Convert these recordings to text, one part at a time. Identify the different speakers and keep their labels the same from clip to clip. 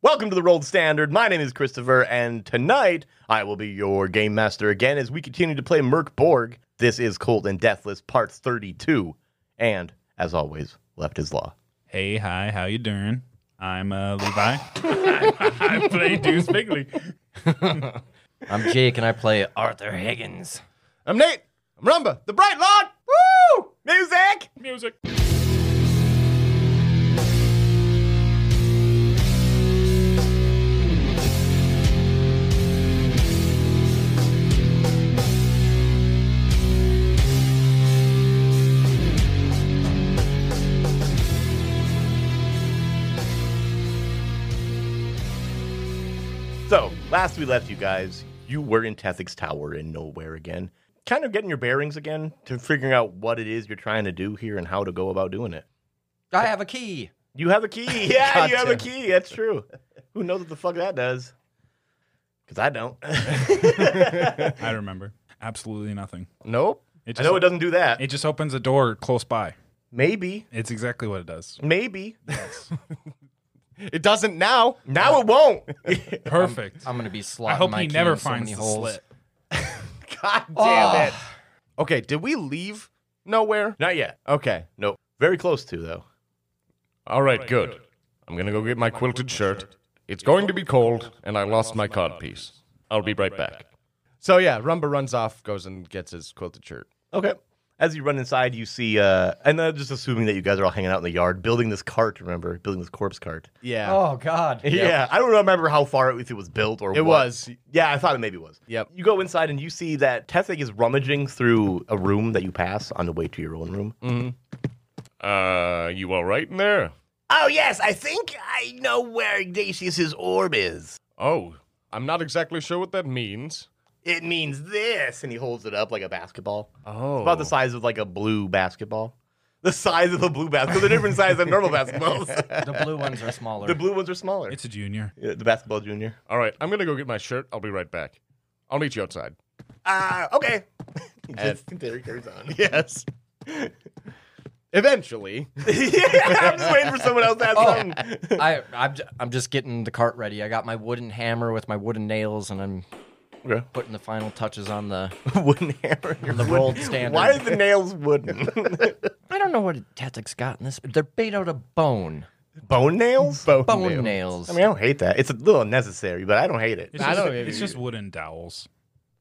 Speaker 1: Welcome to the Rolled Standard. My name is Christopher, and tonight I will be your game master again as we continue to play Merc Borg. This is Cold and Deathless, part 32. And, as always, left is law.
Speaker 2: Hey, hi, how you doing? I'm uh, Levi. I, I play Deuce Bigley.
Speaker 3: I'm Jake, and I play Arthur Higgins.
Speaker 1: I'm Nate. I'm Rumba, the Bright Lord. Woo! Music!
Speaker 2: Music.
Speaker 1: So, last we left you guys, you were in Tethic's Tower in Nowhere again. Kind of getting your bearings again to figuring out what it is you're trying to do here and how to go about doing it.
Speaker 3: I have a key.
Speaker 1: You have a key. Yeah,
Speaker 3: God
Speaker 1: you have a
Speaker 3: damn.
Speaker 1: key. That's true. Who knows what the fuck that does? Because I don't.
Speaker 2: I remember. Absolutely nothing.
Speaker 1: nope.
Speaker 2: It
Speaker 1: I know
Speaker 2: just-
Speaker 1: it doesn't do that.
Speaker 2: It just opens a door close by.
Speaker 1: maybe.
Speaker 2: It's exactly what it does.
Speaker 1: Maybe.
Speaker 4: It doesn't now.
Speaker 1: Now it won't.
Speaker 2: Perfect.
Speaker 3: I'm gonna be slotting
Speaker 2: I hope
Speaker 3: my
Speaker 2: he
Speaker 3: key
Speaker 2: never
Speaker 3: in so
Speaker 2: finds
Speaker 3: many
Speaker 2: the
Speaker 3: holes.
Speaker 2: slit.
Speaker 1: God damn it.
Speaker 4: Okay, did we leave nowhere?
Speaker 1: Not yet.
Speaker 4: Okay.
Speaker 1: Nope. Very close to, though.
Speaker 4: All right, good. I'm going to go get my quilted shirt. It's going to be cold, and I lost my cod piece. I'll be right back. So, yeah, Rumba runs off, goes and gets his quilted shirt.
Speaker 1: Okay. As you run inside, you see, uh, and uh, just assuming that you guys are all hanging out in the yard, building this cart, remember? Building this corpse cart.
Speaker 4: Yeah.
Speaker 3: Oh God.
Speaker 1: Yeah, I don't remember how far it, if it was built or
Speaker 4: It
Speaker 1: what.
Speaker 4: was.
Speaker 1: Yeah, I thought it maybe was.
Speaker 4: Yep.
Speaker 1: You go inside and you see that Tethig is rummaging through a room that you pass on the way to your own room.
Speaker 5: Uh, you all right in there?
Speaker 1: Oh yes, I think I know where Dacius's orb is.
Speaker 5: Oh,
Speaker 4: I'm not exactly sure what that means.
Speaker 1: It means this, and he holds it up like a basketball.
Speaker 4: Oh.
Speaker 1: It's about the size of like a blue basketball. The size of a blue basketball. They're different size than normal basketballs.
Speaker 3: The blue ones are smaller.
Speaker 1: the blue ones are smaller.
Speaker 2: It's a junior.
Speaker 1: Yeah, the basketball junior.
Speaker 5: all right. I'm gonna go get my shirt. I'll be right back. I'll meet you outside.
Speaker 1: Ah, okay. He just there he carries on.
Speaker 4: Yes. Eventually.
Speaker 1: yeah, I'm just waiting for someone else to ask something.
Speaker 3: I I'm, j- I'm just getting the cart ready. I got my wooden hammer with my wooden nails, and I'm
Speaker 1: Okay.
Speaker 3: putting the final touches on the.
Speaker 1: wooden hammer.
Speaker 3: The world standard.
Speaker 1: Why are the nails wooden?
Speaker 3: I don't know what Tatic's got in this. They're made out of bone,
Speaker 1: Bone nails? Bone,
Speaker 3: bone nails.
Speaker 1: I mean, I don't hate that. It's a little unnecessary, but I don't hate it.
Speaker 2: It's
Speaker 4: I
Speaker 2: just,
Speaker 4: don't-
Speaker 2: it's just wooden dowels.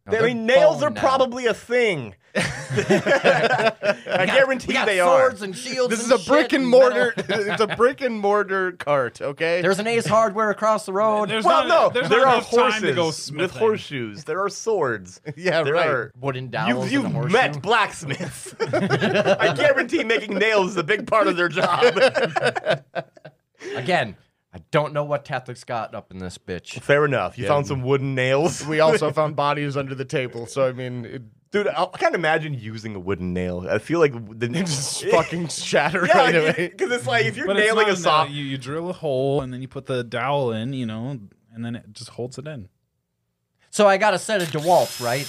Speaker 1: I mean, nails are probably a thing. I guarantee
Speaker 3: We got
Speaker 1: they
Speaker 3: swords
Speaker 1: are.
Speaker 3: and shields.
Speaker 4: This is a
Speaker 3: shit
Speaker 4: brick and
Speaker 3: metal.
Speaker 4: mortar. It's a brick and mortar cart, okay?
Speaker 3: There's an Ace Hardware across the road.
Speaker 2: There's
Speaker 1: well, no,
Speaker 2: not, there's
Speaker 1: there
Speaker 2: not
Speaker 1: are
Speaker 2: enough time
Speaker 1: horses
Speaker 2: to go
Speaker 1: with
Speaker 2: smithing.
Speaker 1: horseshoes. There are swords.
Speaker 4: Yeah,
Speaker 1: there
Speaker 4: right.
Speaker 1: Are,
Speaker 3: wooden dowels.
Speaker 1: You've, you've
Speaker 3: and a horseshoe.
Speaker 1: met blacksmiths. I guarantee making nails is a big part of their job.
Speaker 3: Again, I don't know what Tatlic's got up in this bitch.
Speaker 1: Fair enough. You found some wooden nails.
Speaker 4: we also found bodies under the table, so I mean, it
Speaker 1: Dude, I I can't imagine using a wooden nail. I feel like the
Speaker 4: just fucking shattered
Speaker 1: yeah,
Speaker 4: right away.
Speaker 1: because it's like if you're
Speaker 2: But it's
Speaker 1: nailing
Speaker 2: not
Speaker 1: a
Speaker 2: in the-
Speaker 1: soft
Speaker 2: You, you drill a hole and then you put the dowel in, you know, and then it just holds it in.
Speaker 3: So I got a set of DeWalt, right?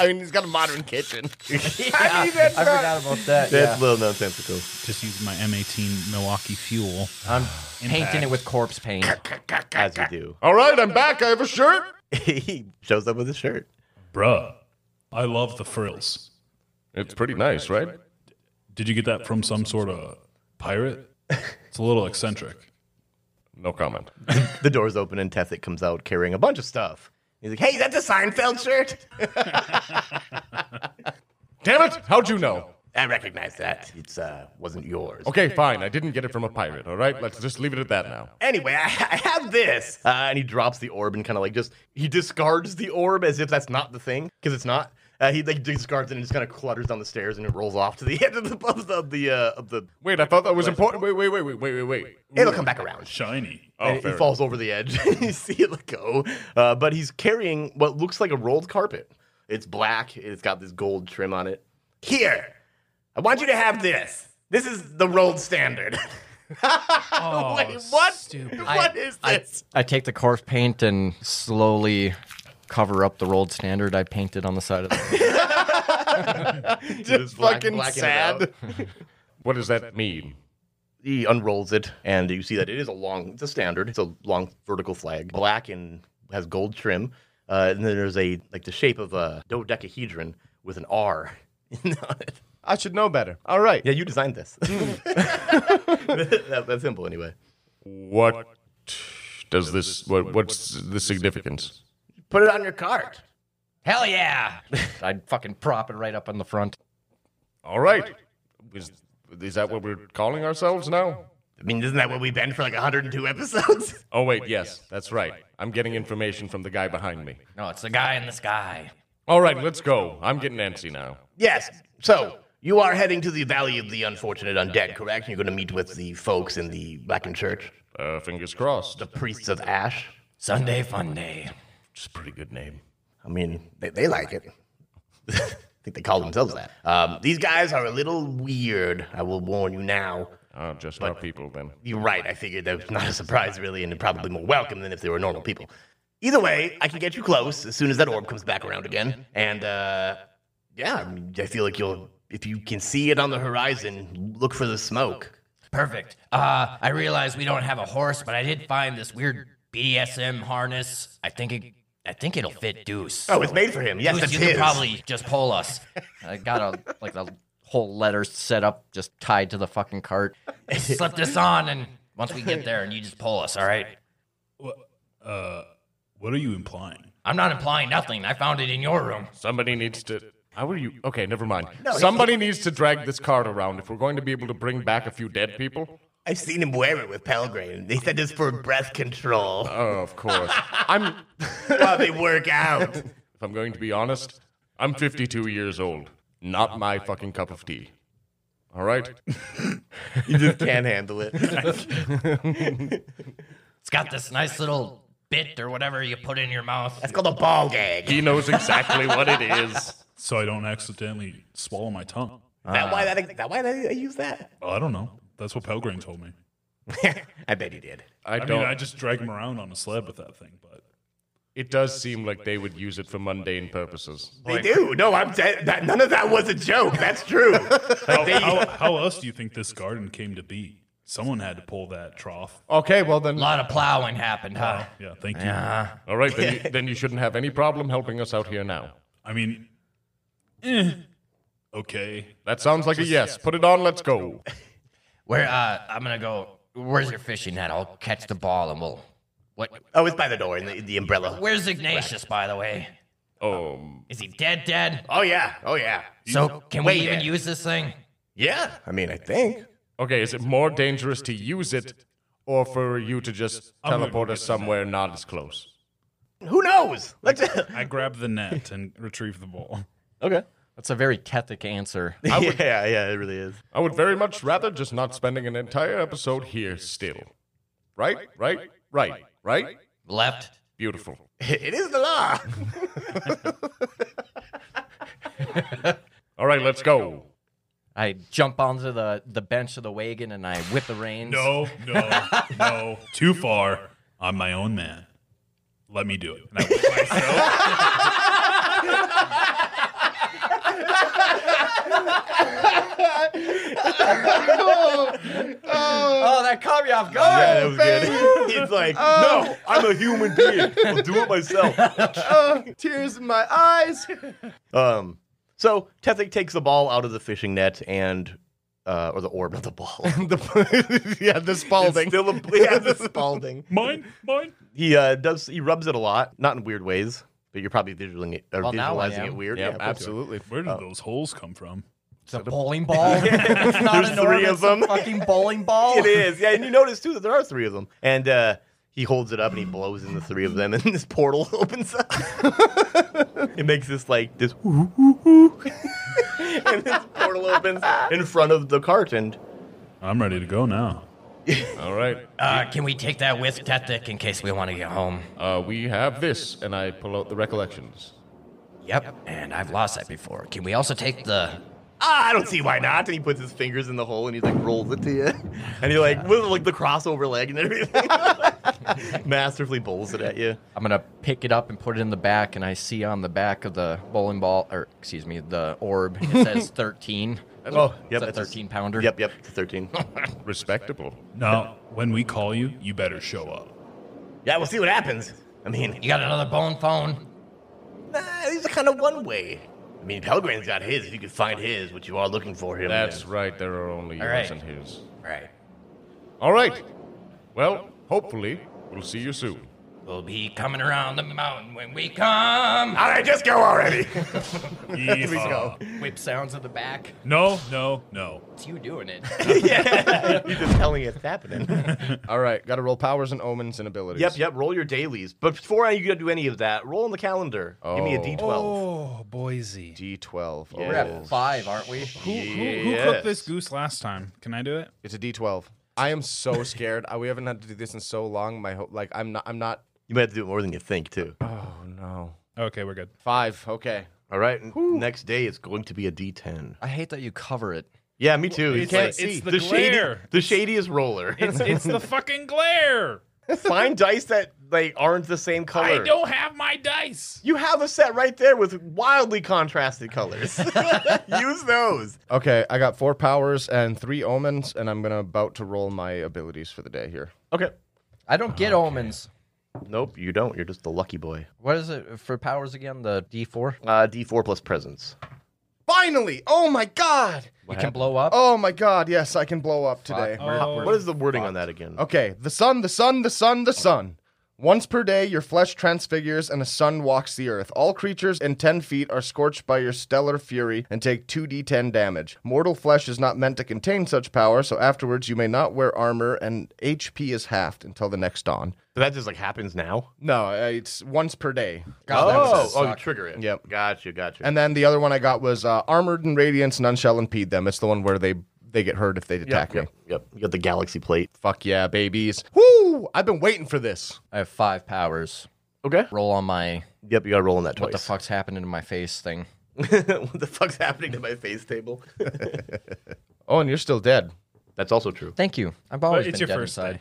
Speaker 4: I mean, he's got a modern kitchen.
Speaker 3: I,
Speaker 1: that's not-
Speaker 3: forgot about that.
Speaker 1: That's a
Speaker 3: yeah.
Speaker 1: little nonsensical.
Speaker 2: Just use my M18 Milwaukee fuel.
Speaker 3: I'm painting it with corpse paint.
Speaker 1: As you do.
Speaker 5: All right, I'm back. I have a shirt.
Speaker 1: he shows up with his shirt.
Speaker 2: Bruh, I love the frills.
Speaker 5: It's pretty nice, right?
Speaker 2: Did you get that from some sort of pirate? It's a little eccentric.
Speaker 5: No comment.
Speaker 1: The doors open and Tethic comes out carrying a bunch of stuff. He's like, hey, that's a Seinfeld shirt?
Speaker 5: Damn it! How'd you know?
Speaker 1: I recognize that. It's uh wasn't yours.
Speaker 5: Okay, fine. I didn't get it from a pirate. All right, let's just leave it at that now.
Speaker 1: Anyway, I, I have this. Uh, and he drops the orb and kind of like just he discards the orb as if that's not the thing because it's not. Uh, he like discards it and just kind of clutters down the stairs and it rolls off to the end of the of the, of the uh, of the.
Speaker 5: Wait, I thought that was important. Wait, wait, wait, wait, wait, wait, wait.
Speaker 1: It'll come back around.
Speaker 2: Shiny.
Speaker 5: Oh,
Speaker 1: and he
Speaker 5: fair.
Speaker 1: falls over the edge. you see it go. Uh, but he's carrying what looks like a rolled carpet. It's black. It's got this gold trim on it. Here, I want you to have this. This is the rolled standard.
Speaker 2: Oh,
Speaker 1: Wait, what?
Speaker 2: Stupid.
Speaker 1: what is this?
Speaker 3: I take the corpse paint and slowly cover up the rolled standard I painted on the side of the
Speaker 1: Just
Speaker 4: fucking sad.
Speaker 5: What does that mean?
Speaker 1: He unrolls it, and you see that it is a long, it's a standard, it's a long vertical flag, black and has gold trim. Uh, and then there's a, like the shape of a dodecahedron with an R on it.
Speaker 6: I should know better. All right.
Speaker 1: Yeah, you designed this. that, that symbol, anyway.
Speaker 4: What does this? What, what's the significance?
Speaker 1: Put it on your cart.
Speaker 7: Hell yeah! I'd fucking prop it right up on the front.
Speaker 4: All right. Is, is that what we're calling ourselves now?
Speaker 1: I mean, isn't that what we've been for like 102 episodes?
Speaker 6: Oh, wait, yes, that's right. I'm getting information from the guy behind me.
Speaker 7: No, it's the guy in the sky.
Speaker 4: All right, let's go. I'm getting antsy now.
Speaker 1: yes. So, you are heading to the Valley of the Unfortunate Undead, correct? You're going to meet with the folks in the Blackened Church,
Speaker 4: Uh, fingers crossed.
Speaker 1: the Priests of Ash.
Speaker 7: Sunday fun day.
Speaker 6: It's a pretty good name.
Speaker 1: I mean, they, they like it. I think they call themselves that. Um, these guys are a little weird, I will warn you now.
Speaker 4: Oh, just our people then.
Speaker 1: You're right. I figured that was not a surprise, really, and probably more welcome than if they were normal people. Either way, I can get you close as soon as that orb comes back around again. And, uh, yeah, I mean, I feel like you'll, if you can see it on the horizon, look for the smoke.
Speaker 3: Perfect. Uh, I realize we don't have a horse, but I did find this weird BDSM harness. I think it. I think it'll fit Deuce.
Speaker 1: Oh, it's made for him. Yes,
Speaker 3: Deuce,
Speaker 1: it's
Speaker 3: you could
Speaker 1: his.
Speaker 3: probably just pull us.
Speaker 7: I got a like a whole letter set up, just tied to the fucking cart.
Speaker 3: Slip this on, and once we get there, and you just pull us. All right.
Speaker 2: uh, What are you implying?
Speaker 3: I'm not implying nothing. I found it in your room.
Speaker 4: Somebody needs to. How are you? Okay, never mind. Somebody needs to drag this card around if we're going to be able to bring back a few dead people.
Speaker 1: I've seen him wear it with Pelgrim. They said it's for breath control
Speaker 4: Oh, of course. I'm.
Speaker 1: while they work out.
Speaker 4: If I'm going to be honest, I'm 52 years old. Not my fucking cup of tea. All right.
Speaker 1: You just can't handle it.
Speaker 3: It's got this nice little bit or whatever you put in your mouth.
Speaker 1: It's called a ball gag.
Speaker 4: He knows exactly what it is.
Speaker 2: So I don't accidentally swallow my tongue.
Speaker 1: that why that, that why I use that?
Speaker 2: I don't know. That's what Pelgrim told me.
Speaker 1: I bet he did.
Speaker 4: I
Speaker 2: I
Speaker 4: don't.
Speaker 2: mean, I just drag him around on a sled with that thing, but
Speaker 4: it does seem like they would use it for mundane purposes.
Speaker 1: They do. No, I'm dead. That, none of that was a joke. That's true. Like, they-
Speaker 2: how, how else do you think this garden came to be? Someone had to pull that trough.
Speaker 6: Okay, well then.
Speaker 3: A lot of plowing happened, huh?
Speaker 2: Yeah, thank you.
Speaker 4: All right, then you, then you shouldn't have any problem helping us out here now.
Speaker 2: I mean, eh, okay.
Speaker 4: That sounds like a yes. Put it on. Let's go.
Speaker 3: Where? Uh, I'm gonna go. Where's your fishing net? I'll catch the ball, and we'll. What?
Speaker 1: oh, it's by the door in the, the umbrella.
Speaker 3: Where's Ignatius, by the way?
Speaker 4: Um,
Speaker 3: Is he dead? Dead?
Speaker 1: Oh yeah. Oh yeah.
Speaker 3: So can
Speaker 1: Way
Speaker 3: we even
Speaker 1: dead.
Speaker 3: use this thing?
Speaker 1: Yeah. I mean, I think.
Speaker 4: okay, is it more dangerous to use it or for you to just teleport us somewhere not as close?
Speaker 1: Who knows? Let's.
Speaker 2: I grab the net and retrieve the ball.
Speaker 1: okay.
Speaker 7: That's a very Kethic answer.
Speaker 1: yeah, yeah, it really is.
Speaker 4: I would very much rather just not spending an entire episode here still. Right? Right? Right? Right?
Speaker 3: Left?
Speaker 4: Beautiful.
Speaker 1: It is the law.
Speaker 4: All right, let's go.
Speaker 7: I jump onto the, the bench of the wagon and I whip the reins.
Speaker 2: No, no, no. Too far. I'm my own man. Let me do it. And I whip myself.
Speaker 7: Oh, that caught me off guard.
Speaker 1: that was good. Oh. He's like, no, I'm a human being. I'll do it myself. Oh,
Speaker 6: Tears in my eyes.
Speaker 1: Um, so Tethic takes the ball out of the fishing net and, uh, or the orb, not the ball.
Speaker 6: The- yeah, the
Speaker 1: It's
Speaker 6: Spalding.
Speaker 1: Still a yeah, the Spalding.
Speaker 2: Mine, mine.
Speaker 1: He uh, does. He rubs it a lot, not in weird ways, but you're probably visualizing it, or
Speaker 7: Well, now I
Speaker 1: visualizing
Speaker 7: am.
Speaker 1: it weird.
Speaker 6: yeah,
Speaker 1: of course you are.
Speaker 6: absolutely.
Speaker 2: Where did those holes come from?
Speaker 7: It's a bowling ball. It's not an
Speaker 1: There's
Speaker 7: orb,
Speaker 1: three of
Speaker 7: it's a
Speaker 1: them.
Speaker 7: fucking bowling ball.
Speaker 1: It is. Yeah, and you notice too that there are three of them. And uh, he holds it up and he blows in the three of them, and this portal opens up. it makes this like this, and this portal opens in front of the cart, and
Speaker 2: I'm ready to go now.
Speaker 4: All right.
Speaker 3: Uh, can we take that with Tethic in case we want to get home?
Speaker 4: Uh, we have this, and I pull out the recollections.
Speaker 3: Yep. And I've lost that before. Can we also take the?
Speaker 1: ah, I don't see why not. And he puts his fingers in the hole and he like rolls it to you, and he like with like the crossover leg and everything, masterfully bowls it at you.
Speaker 7: I'm gonna pick it up and put it in the back, and I see on the back of the bowling ball, or excuse me, the orb, it says 13.
Speaker 1: Oh, yep.
Speaker 3: It's a
Speaker 1: that's a-
Speaker 3: 13 pounder.
Speaker 1: Yep, yep. it's a 13.
Speaker 5: Respectable.
Speaker 2: No, when we call you, you better show up.
Speaker 1: yeah, we'll see what happens. I mean,
Speaker 8: You got another bone phone?
Speaker 1: nah, these are kind of one way. I mean, Pelgrim's got his. If you could find his, which you are looking for him.
Speaker 5: That's right. There are only yours
Speaker 8: All right.
Speaker 5: and his.
Speaker 8: Right.
Speaker 5: All right. Well, hopefully, we'll see you soon.
Speaker 8: We'll be coming around the mountain when we come.
Speaker 1: All right, just go already.
Speaker 2: Please
Speaker 1: go.
Speaker 8: Whip sounds in the back.
Speaker 2: No, no, no.
Speaker 8: It's you doing it.
Speaker 1: yeah, you're just telling us it's happening.
Speaker 4: All right, got to roll powers and omens and abilities.
Speaker 1: yep, yep. Roll your dailies. But before I do any of that, roll on the calendar. Give me a
Speaker 4: Oh.
Speaker 1: D12.
Speaker 2: Oh, Boise.
Speaker 4: D12. Oh,
Speaker 3: We're at five, aren't we?
Speaker 2: Who, who, who cooked this goose last time? Can I do it?
Speaker 4: It's a D12. I am so scared. I, we haven't had to do this in so long. My ho- like, I'm not. I'm not.
Speaker 1: You might have to do it more than you think, too.
Speaker 4: Oh no.
Speaker 2: Okay, we're good.
Speaker 4: Five. Okay.
Speaker 1: All right. n- Next day, it's going to be a D10.
Speaker 3: I hate that you cover it.
Speaker 1: Yeah, me too. It's,
Speaker 2: can't
Speaker 1: like
Speaker 2: see. It's the
Speaker 1: shady,
Speaker 2: glare.
Speaker 1: the shadiest roller.
Speaker 2: It's, it's the fucking glare.
Speaker 1: Find dice that like aren't the same color.
Speaker 2: I don't have my dice.
Speaker 1: You have a set right there with wildly contrasted colors. Use those.
Speaker 4: Okay. I got four powers and three omens, and I'm gonna about to roll my abilities for the day here.
Speaker 1: Okay.
Speaker 3: I don't get omens.
Speaker 1: Nope, you don't. You're just the lucky boy.
Speaker 3: What is it for powers again? The D4?
Speaker 1: Uh, D4 plus presence.
Speaker 4: Finally! Oh my god!
Speaker 3: you can blow up.
Speaker 4: Oh my god! Yes, I can blow up today.
Speaker 2: Oh,
Speaker 1: What is the wording on that again?
Speaker 4: Okay, the sun, the sun, the sun, the sun. Once per day, your flesh transfigures and a sun walks the earth. All creatures in 10 feet are scorched by your stellar fury and take 2d10 damage. Mortal flesh is not meant to contain such power, so afterwards you may not wear armor and HP is halved until the next dawn.
Speaker 1: So that just like happens now?
Speaker 4: No, uh, it's once per day.
Speaker 1: Oh, oh, you trigger it.
Speaker 4: Yep.
Speaker 1: Gotcha, gotcha.
Speaker 4: And then the other one I got was uh, armored and radiance, none shall impede them. It's the one where they they get hurt if they attack me.
Speaker 1: yep, yep. You got the galaxy plate.
Speaker 4: Fuck yeah, babies. Woo! I've been waiting for this.
Speaker 3: I have five powers.
Speaker 1: Okay.
Speaker 3: Roll on my
Speaker 1: Yep, you gotta roll on that twice.
Speaker 3: what the fuck's happening to my face thing.
Speaker 1: what the fuck's happening to my face table?
Speaker 4: Oh, and you're still dead.
Speaker 1: That's also true.
Speaker 3: Thank you. I've always
Speaker 2: it's
Speaker 3: been
Speaker 2: your
Speaker 3: dead
Speaker 2: first
Speaker 3: inside.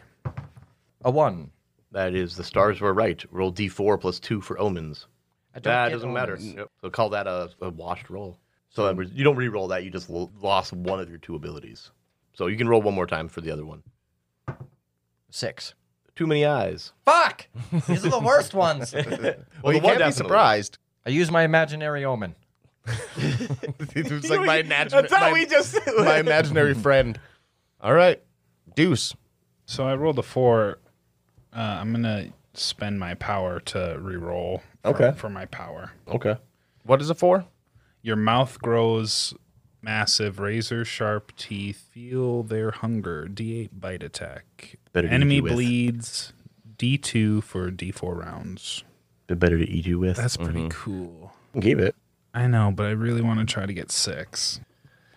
Speaker 3: A one.
Speaker 1: That is, the stars were right. Roll D4 plus 2 for omens.
Speaker 3: I don't
Speaker 1: That
Speaker 3: get
Speaker 1: doesn't matter.
Speaker 3: omens.
Speaker 1: Yep. So call that a, a washed roll. So that was- you don't re-roll that. You just lo- lost one of your two abilities. So you can roll one more time for the other one.
Speaker 3: Six.
Speaker 1: Too many eyes.
Speaker 3: Fuck! These are the worst ones.
Speaker 1: Well,
Speaker 4: you
Speaker 1: the one
Speaker 4: can't be
Speaker 1: definitely.
Speaker 4: surprised.
Speaker 3: I use my imaginary omen.
Speaker 4: it's like my, imagin-
Speaker 1: That's how
Speaker 4: my,
Speaker 1: we just.
Speaker 4: my imaginary friend. All right, Deuce.
Speaker 2: So I rolled a four. Uh, I'm gonna spend my power to re-roll. For,
Speaker 4: Okay.
Speaker 2: For my power,
Speaker 4: Okay. What is it for?
Speaker 2: your mouth grows massive, razor sharp teeth. Feel their hunger. D8 bite attack.
Speaker 1: Better to eat
Speaker 2: Enemy
Speaker 1: you with.
Speaker 2: bleeds. D2 for D4 rounds.
Speaker 1: They're better to eat you with.
Speaker 2: That's pretty cool.
Speaker 1: Give it.
Speaker 2: I know, but I really want to try to get six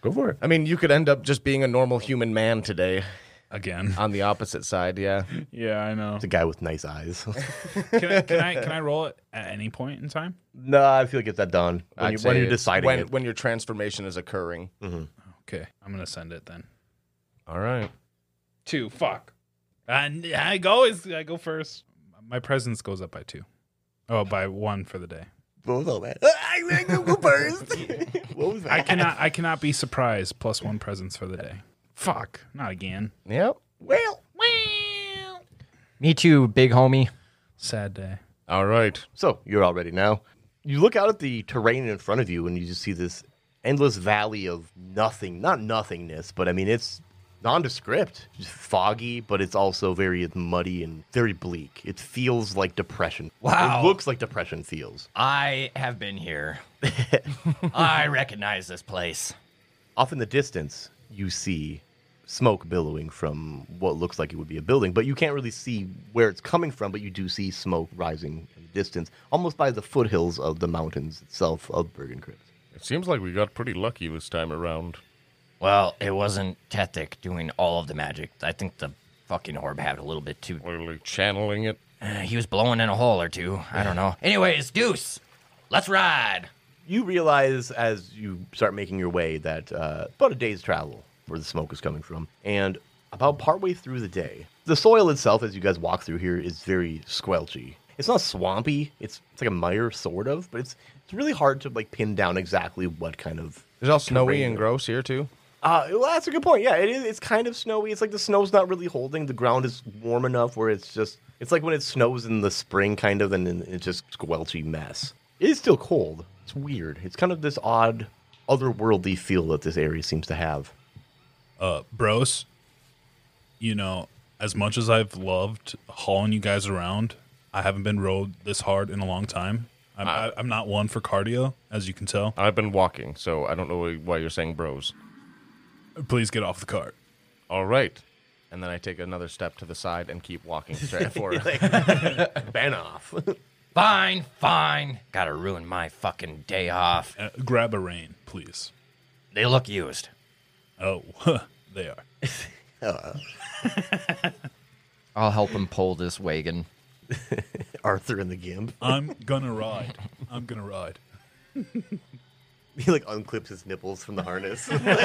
Speaker 1: Go for it.
Speaker 4: I mean, you could end up just being a normal human man today.
Speaker 2: again.
Speaker 4: On the opposite side, yeah.
Speaker 2: Yeah, I know.
Speaker 1: It's a guy with nice eyes.
Speaker 2: Can I, can I can I roll it at any point in time?
Speaker 1: no, I feel like it's that done when,
Speaker 4: I'd
Speaker 1: you,
Speaker 4: say
Speaker 1: are deciding
Speaker 4: when
Speaker 1: it.
Speaker 4: when your transformation is occurring.
Speaker 5: Mm.
Speaker 2: Okay, I'm gonna send it then.
Speaker 4: All right.
Speaker 2: Two. Fuck. And I go is I go first. My presence goes up by two. Oh, by one for the day.
Speaker 1: Both of it. I go first. what was that?
Speaker 2: I cannot I cannot be surprised. Plus one presence for the day. Fuck. Not again.
Speaker 4: Yep.
Speaker 1: well,
Speaker 3: Me too, big homie.
Speaker 2: Sad day.
Speaker 5: All right.
Speaker 1: So you're all ready now. You look out at the terrain in front of you and you just see this endless valley of nothing. Not nothingness, but I mean, it's nondescript. It's foggy, but it's also very muddy and very bleak. It feels like depression.
Speaker 8: Wow.
Speaker 1: It looks like depression feels.
Speaker 8: I have been here. I recognize this place.
Speaker 1: Off in the distance, you see smoke billowing from what looks like it would be a building, but you can't really see where it's coming from, but you do see smoke rising in the distance, almost by the foothills of the mountains itself of Bergen Crypt.
Speaker 5: It seems like we got pretty lucky this time around.
Speaker 8: Well, it wasn't Tethik doing all of the magic. I think the fucking orb had a little bit too.
Speaker 5: Literally channeling it.
Speaker 8: Uh, he was blowing in a hole or two. I don't know. Anyways, Deuce, let's ride.
Speaker 1: you realize as you start making your way that uh, about a day's travel where the smoke is coming from and about partway through the day the soil itself as you guys walk through here is very squelchy It's not swampy. It's it's like a mire, sort of, but it's it's really hard to like pin down exactly what kind of.
Speaker 4: It's all snowy and gross here too.
Speaker 1: Uh, well, that's a good point. Yeah, it is. It's kind of snowy. It's like the snow's not really holding. The ground is warm enough where it's just. It's like when it snows in the spring, kind of, and then it's just squelchy mess. It is still cold. It's weird. It's kind of this odd, otherworldly feel that this area seems to have.
Speaker 2: uh, bros, you know, as much as I've loved hauling you guys around, I haven't been rode this hard in a long time. I'm, I, I'm not one for cardio, as you can tell.
Speaker 5: I've been walking, so I don't know why you're saying bros.
Speaker 2: Please get off the cart.
Speaker 5: All right. And then I take another step to the side and keep walking straight forward.
Speaker 1: Ben off.
Speaker 8: Fine, fine. Gotta ruin my fucking day off.
Speaker 2: Uh, grab a rein, please.
Speaker 8: They look used.
Speaker 2: Oh, they are.
Speaker 3: I'll help him pull this wagon.
Speaker 1: Arthur and the Gimp.
Speaker 2: I'm gonna ride. I'm gonna ride.
Speaker 1: He like unclips his nipples from the harness. he gets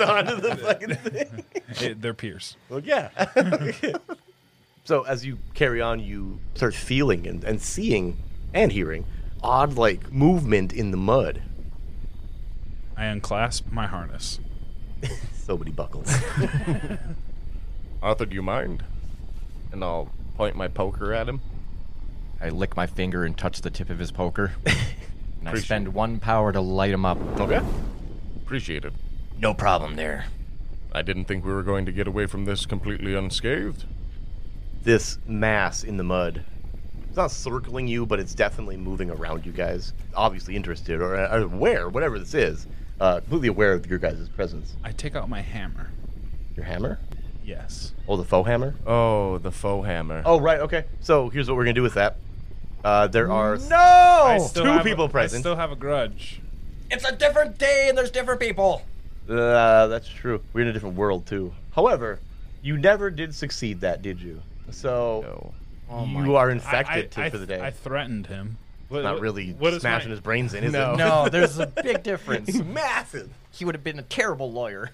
Speaker 1: onto the fucking thing.
Speaker 2: Eh, they're Pierce.
Speaker 1: Well, yeah. so as you carry on, you start feeling and, and seeing and hearing odd like movement in the mud.
Speaker 2: I unclasp my harness.
Speaker 1: So many buckles.
Speaker 5: Arthur, do you mind? And I'll point my poker at him.
Speaker 3: I lick my finger and touch the tip of his poker. and I
Speaker 5: Appreciate
Speaker 3: spend one power to light him up.
Speaker 5: Okay. Appreciate it.
Speaker 8: No problem there.
Speaker 5: I didn't think we were going to get away from this completely unscathed.
Speaker 1: this mass in the mud. It's not circling you, but it's definitely moving around you guys. Obviously interested or, uh, or aware, whatever this is. Uh, completely aware of your guys' presence.
Speaker 2: I take out my hammer.
Speaker 1: Your hammer?
Speaker 2: Yes.
Speaker 1: Oh, the faux hammer?
Speaker 5: Oh, the faux hammer.
Speaker 1: Oh, right. Okay. So here's what we're gonna do with that. Uh, there are
Speaker 2: I
Speaker 1: no
Speaker 2: still
Speaker 1: Oh, two
Speaker 2: have a-
Speaker 1: people present.
Speaker 2: I still have a grudge.
Speaker 8: It's a different day and there's different people.
Speaker 1: Uh, that's true. We're in a different world too. However, you never did succeed that, did you? So
Speaker 5: No.
Speaker 3: Oh
Speaker 1: you are
Speaker 2: Oh I-
Speaker 1: infected
Speaker 2: I, I,
Speaker 1: for the day.
Speaker 2: I threatened him. What-
Speaker 1: Not
Speaker 2: what-
Speaker 1: really
Speaker 2: what is
Speaker 1: smashing
Speaker 2: my-
Speaker 1: his brains in, is it?
Speaker 3: No, there's a big difference.
Speaker 1: massive.
Speaker 3: He would have been a terrible lawyer.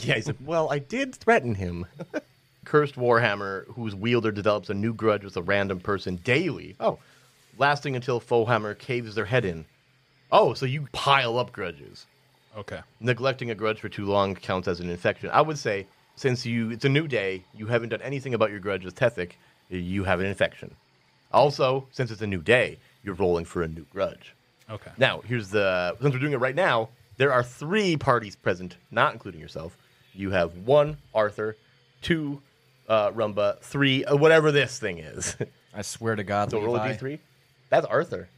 Speaker 1: Yeah, he said, "Well, I did threaten him." Cursed Warhammer, whose wielder develops a new grudge with a random person daily. Oh, lasting until Foehammer caves their head in. Oh, so you pile up grudges.
Speaker 2: Okay.
Speaker 1: neglecting a grudge for too long counts as an infection. I would say since you it's a new day, you haven't done anything about your grudge with Tethic, you have an infection. Also, since it's a new day, you're rolling for a new grudge.
Speaker 2: Okay.
Speaker 1: Now, here's the since we're doing it right now, there are three parties present, not including yourself. You have one Arthur, two uh, Rumba, three uh, whatever this thing is.
Speaker 3: I swear to God,
Speaker 1: so roll a
Speaker 3: Levi.
Speaker 1: d3. That's Arthur.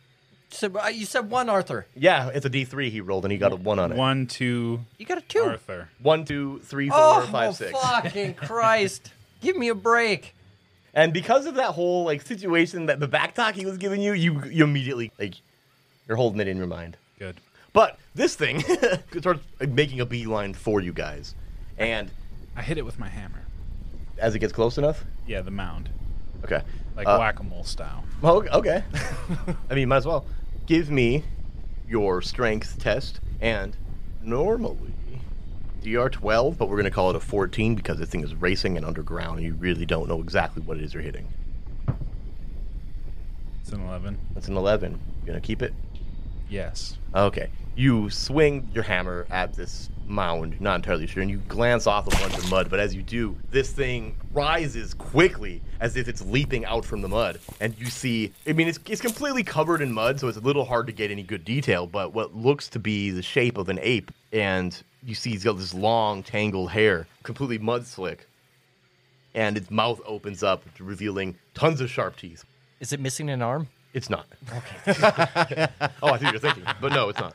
Speaker 3: So, uh, you said one, Arthur.
Speaker 1: Yeah, it's a d3 he rolled and he got a one on it.
Speaker 2: One, two,
Speaker 3: You got a two.
Speaker 2: Arthur.
Speaker 1: One, two, three,
Speaker 3: Oh,
Speaker 1: four, five, six.
Speaker 3: fucking Christ. Give me a break.
Speaker 1: And because of that whole like situation that the back talk he was giving you, you you immediately like you're holding it in your mind.
Speaker 2: Good.
Speaker 1: But this thing starts making a beeline for you guys, and
Speaker 2: I hit it with my hammer.
Speaker 1: as it gets close enough,
Speaker 2: Yeah, the mound.
Speaker 1: okay,
Speaker 2: Like
Speaker 1: uh,
Speaker 2: whack a mole style.
Speaker 1: oh, okay. I mean, might as well give me your strength test, and normally dr 12, but we're gonna call it a 14 because this thing is racing and underground, and you really don't know exactly what it is you're hitting.
Speaker 2: It's an 11.
Speaker 1: That's an 11. You gonna keep it?
Speaker 2: Yes.
Speaker 1: Okay. You swing your hammer at this mound, not entirely sure, and you glance off a bunch of mud, but as you do, this thing rises quickly as if it's leaping out from the mud. And you see, I mean, it's, it's completely covered in mud, so it's a little hard to get any good detail, but what looks to be the shape of an ape, and you see he's got this long, tangled hair, completely mud slick, and its mouth opens up, revealing tons of sharp teeth.
Speaker 3: Is it missing an arm?
Speaker 1: It's not. oh, I think you're thinking, but no, it's not.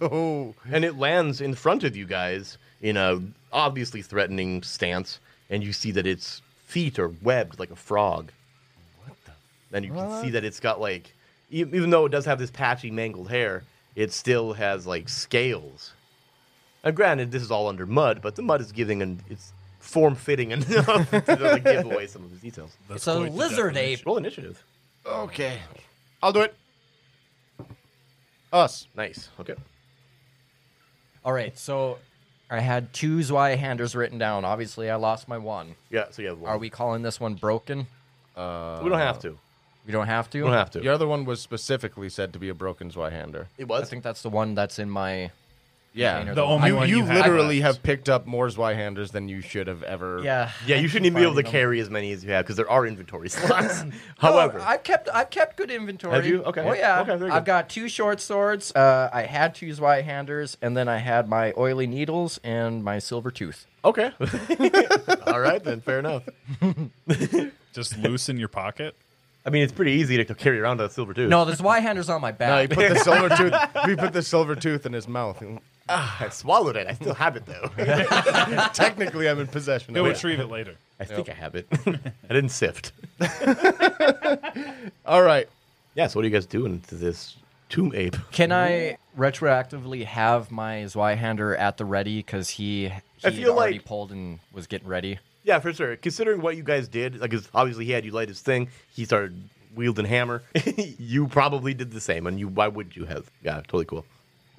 Speaker 1: oh. And it lands in front of you guys in a obviously threatening stance, and you see that its feet are webbed like a frog. What the? And you can see that it's got like, e- even though it does have this patchy, mangled hair, it still has like scales. And granted, this is all under mud, but the mud is giving and it's form fitting enough to like, give away some of the details.
Speaker 2: That's
Speaker 3: It's a
Speaker 2: quite the
Speaker 3: lizard ape.
Speaker 2: definition.
Speaker 1: Roll initiative.
Speaker 4: Okay, I'll do it. Us.
Speaker 1: Nice. Okay.
Speaker 3: All right, so I had two Zweihanders written down. Obviously, I lost my one.
Speaker 1: Yeah, so you have one.
Speaker 3: Are we calling this one broken?
Speaker 1: we don't have to. We
Speaker 3: We don't have to.
Speaker 1: don't have to.
Speaker 4: The other one was specifically said to be a broken Zweihander.
Speaker 1: It
Speaker 3: I
Speaker 1: was.
Speaker 3: think that's the one that's in my.
Speaker 4: Yeah.
Speaker 2: The only
Speaker 4: you
Speaker 2: one
Speaker 4: you
Speaker 2: you had
Speaker 4: literally
Speaker 2: left.
Speaker 4: have picked up more Zweihanders than you should have ever.
Speaker 3: Yeah.
Speaker 1: yeah, you shouldn't even be able to carry as many as you have because there are inventory slots. However,
Speaker 3: Oh, I've kept I've kept good inventory.
Speaker 1: Have you? Okay.
Speaker 3: Oh yeah.
Speaker 1: Okay, very
Speaker 3: I've
Speaker 1: good.
Speaker 3: got two short swords. Uh, I had two Zweihanders, and then I had my oily needles and my silver tooth.
Speaker 1: okay. All right, then, fair enough.
Speaker 2: Just loose in your pocket.
Speaker 1: I mean, it's pretty easy to carry around a silver tooth.
Speaker 3: No, the Zweihanders on my
Speaker 4: No, he
Speaker 3: back.
Speaker 4: put the silver tooth. He put the silver tooth in his mouth.
Speaker 1: I swallowed it. I still have it, though.
Speaker 4: Technically, I'm in possession
Speaker 2: Go
Speaker 4: of it.
Speaker 2: retrieve it later.
Speaker 1: I think I have it. I didn't sift.
Speaker 4: All right.
Speaker 1: Yeah, so what are you guys doing to this tomb ape?
Speaker 3: Can I retroactively have my Zweihander at the ready because he
Speaker 1: I
Speaker 3: he
Speaker 1: feel
Speaker 3: already
Speaker 1: like-
Speaker 3: pulled and was getting ready?
Speaker 1: Yeah, for sure. Considering what you guys did, like 'cause obviously he had you light his thing. He started wielding hammer. you probably did the same, and you why would you have? Yeah, totally cool.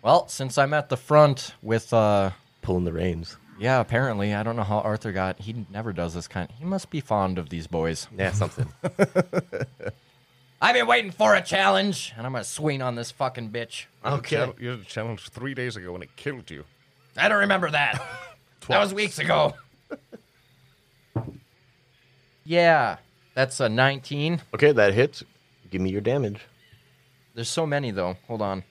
Speaker 3: Well, since I'm at the front with uh,
Speaker 1: Pulling the reins.
Speaker 3: yeah, apparently I don't know how Arthur got. He never does this kind. He must be fond of these boys.
Speaker 1: Yeah, something.
Speaker 8: I've been waiting for a challenge.
Speaker 3: Challenge, and I'm gonna swing on this fucking bitch.
Speaker 1: okay.
Speaker 5: You had a challenge three days ago and it killed you.
Speaker 8: I don't remember that. that was weeks ago.
Speaker 3: Yeah, that's a 19.
Speaker 1: Okay, that hits. Give me your damage.
Speaker 3: There's so many though. Hold on.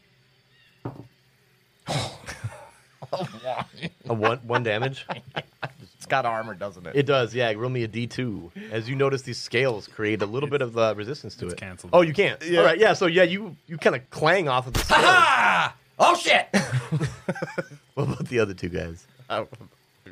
Speaker 1: A one one damage.
Speaker 3: It's got armor, doesn't
Speaker 1: It does. Yeah, roll me a d two. As you notice, these scales create a little bit of uh, resistance to
Speaker 2: it's
Speaker 1: it.
Speaker 2: canceled.
Speaker 1: Oh, you can't. All right. Yeah. So yeah, you you kind of clang off of the scales.
Speaker 8: Ah! Oh shit!
Speaker 1: what about the other two guys?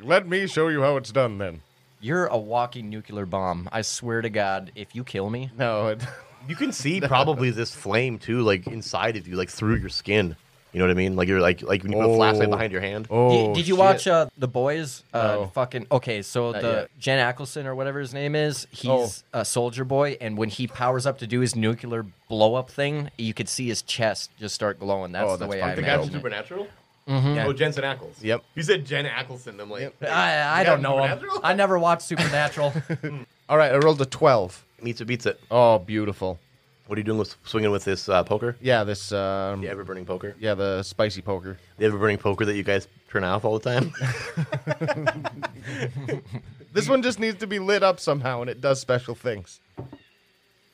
Speaker 5: Let me show you how it's done then.
Speaker 3: You're a walking nuclear bomb. I swear to God, if you kill me,
Speaker 4: No. It,
Speaker 1: You can see probably this flame too, like inside of you, like through your skin. You know what I mean? Like you're like like when you put a flashlight behind your hand.
Speaker 3: Y-
Speaker 4: oh.
Speaker 3: did you
Speaker 4: shit.
Speaker 3: watch uh, the boys? Uh, Fucking okay. So the
Speaker 4: yet. Oh.
Speaker 3: Jen Ackleson or whatever his name is, he's a soldier boy, and when he powers up to do his nuclear blow up thing, you could see his chest just start glowing. That's the
Speaker 4: Oh, that's
Speaker 3: way I
Speaker 4: fucking
Speaker 3: imagine it. Mm-hmm.
Speaker 1: Supernatural. Oh, Jensen Ackles.
Speaker 4: Yep.
Speaker 1: You said Jen Ackleson. I'm like,
Speaker 3: I, I
Speaker 1: Yeah,
Speaker 3: don't know. him.
Speaker 1: Supernatural?
Speaker 3: I never watched Supernatural.
Speaker 4: All right. I rolled a twelve.
Speaker 1: meets it beats it.
Speaker 4: Oh, beautiful.
Speaker 1: What are you doing with swinging with this uh, poker?
Speaker 4: Yeah. This. Um,
Speaker 1: The ever burning poker.
Speaker 4: Yeah. The spicy poker.
Speaker 1: The ever burning poker that you guys turn off all the time.
Speaker 4: This one just needs to be lit up somehow, and it does special things.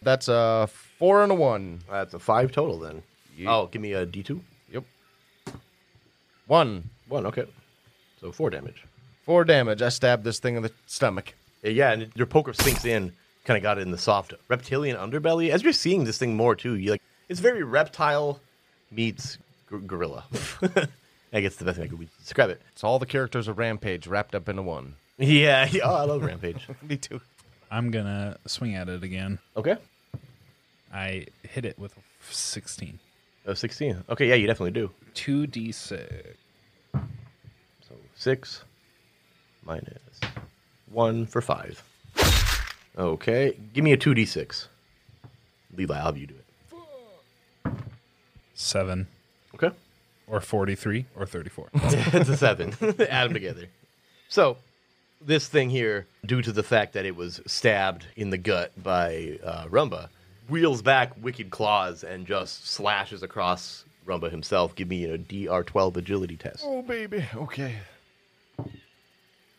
Speaker 4: That's a four and a one.
Speaker 1: That's Uh, a five total then. Oh, give me a D two.
Speaker 4: Yep. One.
Speaker 1: One. Okay. So four damage.
Speaker 4: Four damage. I stabbed this thing in the stomach.
Speaker 1: Uh, Yeah, and your poker sinks in, kind of got it in the soft reptilian underbelly. As you're seeing this thing more too, you like it's very reptile meets gor- gorilla. I guess the best thing I could describe it.
Speaker 4: It's all the characters of Rampage wrapped up into one.
Speaker 1: Yeah, yeah. Oh, I love Rampage.
Speaker 4: Me too.
Speaker 2: I'm gonna swing at it again.
Speaker 1: Okay,
Speaker 2: I hit it with a 16.
Speaker 1: oh, 16. Okay, yeah, you definitely do.
Speaker 2: 2d6.
Speaker 1: So six minus one for five. Okay, give me a two d six. Levi, I'll have you do it.
Speaker 2: 7
Speaker 1: Okay.
Speaker 2: or 43 or 34.
Speaker 1: it's a seven. Add them together. So, this thing here, due to the fact that it was stabbed in the gut by uh, Rumba, wheels back wicked claws and just slashes across Rumba himself. Give me a DR12 agility test.
Speaker 4: Oh baby. Okay.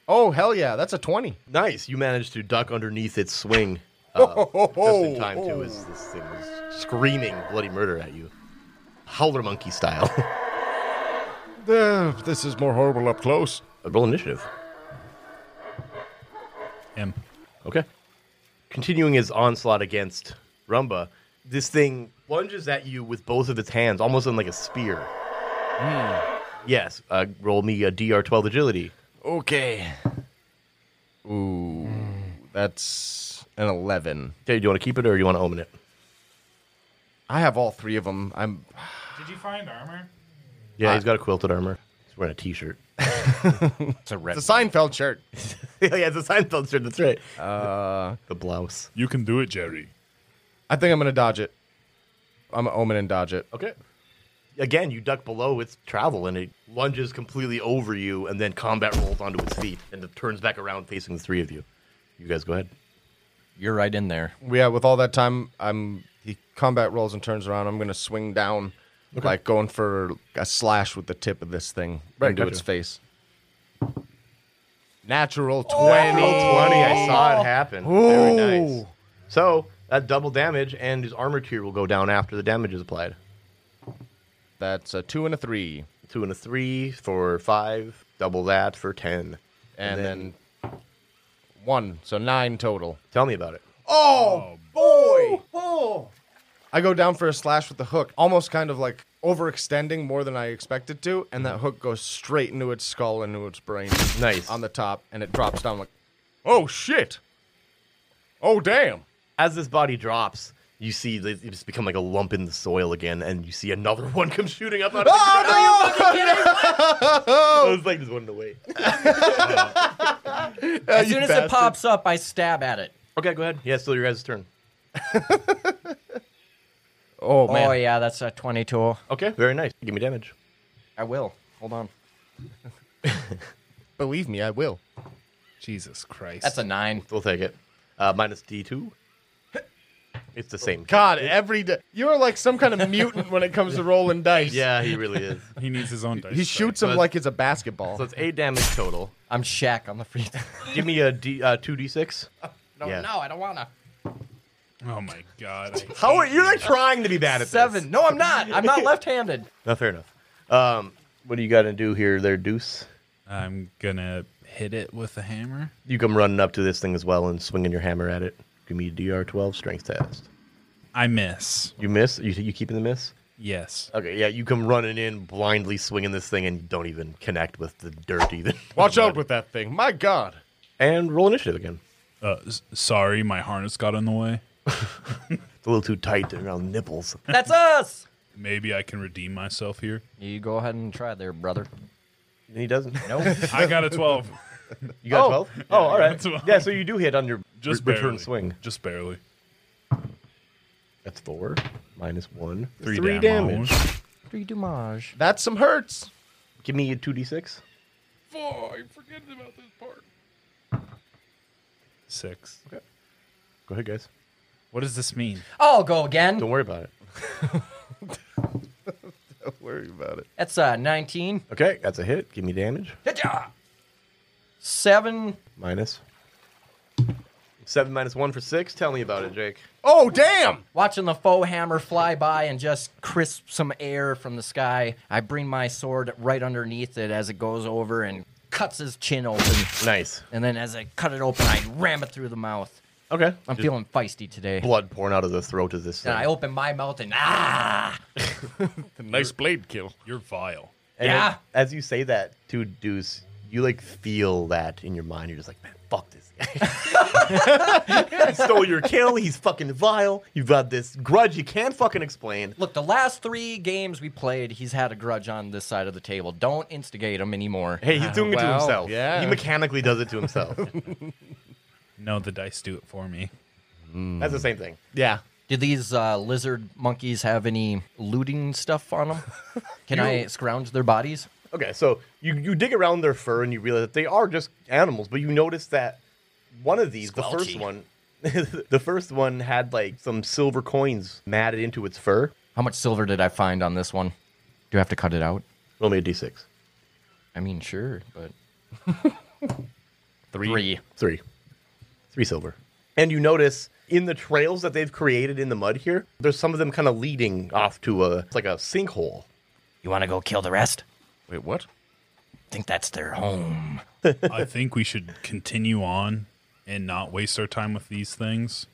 Speaker 4: Oh hell yeah! That's a twenty.
Speaker 1: Nice. You managed to duck underneath its swing uh, just
Speaker 5: Oh,
Speaker 1: in time, too, as this thing was screaming bloody murder at you. Howler monkey style.
Speaker 5: this is more horrible up close.
Speaker 1: Roll initiative.
Speaker 2: M.
Speaker 1: Okay. Continuing his onslaught against Rumba, this thing lunges at you with both of its hands, almost in like a spear. Yes. Uh, roll me a DR12 agility.
Speaker 4: Okay. Ooh, that's an eleven.
Speaker 1: Okay, do you want to keep it or you want to omen it?
Speaker 4: I have all three of them. I'm.
Speaker 2: Did you find armor?
Speaker 1: Yeah, he's got a quilted armor. He's wearing a t-shirt.
Speaker 3: it's a red.
Speaker 4: It's a Seinfeld shirt.
Speaker 1: yeah, it's a Seinfeld shirt. That's right. Uh, the blouse.
Speaker 2: You can do it, Jerry.
Speaker 4: I think I'm gonna dodge it. I'm gonna omen and dodge it.
Speaker 1: Okay. Again, you duck below its travel and it lunges completely over you and then combat rolls onto its feet and it turns back around facing the three of you. You guys go ahead.
Speaker 3: You're right in there.
Speaker 4: Yeah, with all that time, I'm he combat rolls and turns around. I'm gonna swing down, like going for a slash with the tip of this thing into
Speaker 5: gotcha.
Speaker 4: its face. Natural twenty.
Speaker 1: Oh. 20. I saw it happen. Very nice. So that double damage, and his armor tier will go down after the damage is applied.
Speaker 4: That's a two and a three,
Speaker 1: Two and a three for five. Double that for ten.
Speaker 4: and, then, one, so nine total.
Speaker 1: Tell me about it.
Speaker 4: I go down for a slash with the hook, almost kind of like overextending more than I expected to, and that hook goes straight into its skull and into its brain.
Speaker 1: Nice.
Speaker 4: on the top, and it drops down like.
Speaker 5: Oh shit! Oh damn!
Speaker 1: As this body drops, you see that it's become like a lump in the soil again, and you see another one come shooting up out of the ground. I was like, just wanted to wait.
Speaker 3: as soon as it pops up, I stab at it.
Speaker 1: Okay, go ahead. Yeah, still your guys' turn.
Speaker 4: Oh
Speaker 3: Oh yeah, that's a 22.
Speaker 1: Okay, very nice. Give me damage.
Speaker 3: I will. Hold on.
Speaker 4: believe me, I will.
Speaker 2: Jesus Christ.
Speaker 3: That's a nine.
Speaker 1: We'll take it. Uh, minus D2. It's the same.
Speaker 4: God, every day you're like some kind of mutant when it comes to rolling dice.
Speaker 1: Yeah, he really is.
Speaker 2: he needs his own dice.
Speaker 4: he shoots him
Speaker 1: but-
Speaker 4: like it's a basketball.
Speaker 1: So it's 8 damage total.
Speaker 3: I'm Shaq on the free throw.
Speaker 1: Give me a D, uh, 2d6.
Speaker 3: no,
Speaker 1: Yeah.
Speaker 3: no, I don't wanna.
Speaker 2: Oh my god. I-
Speaker 1: How are you? You're like trying to be bad at
Speaker 3: Seven.
Speaker 1: this.
Speaker 3: No, I'm not. I'm not left-handed.
Speaker 1: No, fair enough. Um, what do you got to do here, there, Deuce?
Speaker 2: I'm gonna hit it with a hammer.
Speaker 1: You come running up to this thing as well and swinging your hammer at it. Give me a DR12 strength test.
Speaker 2: I miss.
Speaker 1: You miss? You, you keeping the miss?
Speaker 2: Yes.
Speaker 1: Okay, yeah, you come running in blindly swinging this thing and you don't even connect with the dirt either.
Speaker 5: Watch out with that thing. My God!
Speaker 1: And roll initiative again.
Speaker 2: Uh, s- sorry, my harness got in the way.
Speaker 1: It's a little too tight around nipples.
Speaker 3: That's us.
Speaker 2: Maybe I can redeem myself here.
Speaker 3: You go ahead and try there, brother.
Speaker 1: And he doesn't. Nope.
Speaker 2: I got a 12.
Speaker 1: You got 12? Oh, all right.
Speaker 2: 12.
Speaker 1: Yeah, so you do hit on your
Speaker 2: Just
Speaker 1: re-
Speaker 2: barely.
Speaker 1: return swing.
Speaker 2: Just barely.
Speaker 1: That's four minus one.
Speaker 2: Three,
Speaker 1: Three
Speaker 2: damage.
Speaker 3: Three dumage.
Speaker 4: That's some hurts.
Speaker 1: Give me a 2d6.
Speaker 2: Six.
Speaker 1: Go ahead, guys.
Speaker 2: What does this mean?
Speaker 3: I'll go again.
Speaker 1: Don't worry about it.
Speaker 4: Don't worry about it.
Speaker 3: That's uh 19.
Speaker 1: Okay, that's a hit. Give me damage.
Speaker 3: Hit-ya! Seven.
Speaker 1: Minus. Seven minus one for six. Tell me about it, Jake.
Speaker 4: Oh damn!
Speaker 3: Watching the foe hammer fly by and just crisp some air from the sky, I bring my sword right underneath it as it goes over and cuts his chin open.
Speaker 1: Nice.
Speaker 3: And then as I cut it open, I ram it through the mouth.
Speaker 1: Okay.
Speaker 3: I'm
Speaker 1: Just
Speaker 3: feeling feisty today.
Speaker 1: blood pouring out of the throat of this thing.
Speaker 3: And I open my mouth and ah!
Speaker 5: Nice blade kill.
Speaker 2: You're vile.
Speaker 1: And
Speaker 3: Yeah.
Speaker 1: it- as you say that to Deuce, you like feel that in your mind. You're just like, man, fuck this guy. he stole your kill. He's fucking vile. You've got this grudge you can't fucking explain.
Speaker 3: Look, the last three games we played, he's had a grudge on this side of the table. Don't instigate him anymore.
Speaker 1: Hey, he's doing it to
Speaker 4: Well,
Speaker 1: himself.
Speaker 4: yeah.
Speaker 1: He mechanically does it to himself.
Speaker 2: No, the dice do it for me.
Speaker 1: That's the same thing.
Speaker 4: Yeah.
Speaker 3: Do these uh, lizard monkeys have any looting stuff on them? Can I scrounge their bodies?
Speaker 1: Okay, so you, you dig around their fur and you realize that they are just animals, but you notice that one of these, the first
Speaker 8: Squelchy.
Speaker 1: one, the first one had like some silver coins matted into its fur.
Speaker 3: How much silver did I find on this one? Do I have to cut it out?
Speaker 1: Roll me a d6.
Speaker 3: I mean, sure, but
Speaker 1: Three.
Speaker 3: three.
Speaker 1: Three. Three silver. And you notice in the trails that they've created in the mud here, there's some of them kind of leading off to a it's like a sinkhole.
Speaker 8: You want to go kill the rest?
Speaker 5: Wait, what?
Speaker 8: think that's their home.
Speaker 2: I think we should continue on and not waste our time with these things.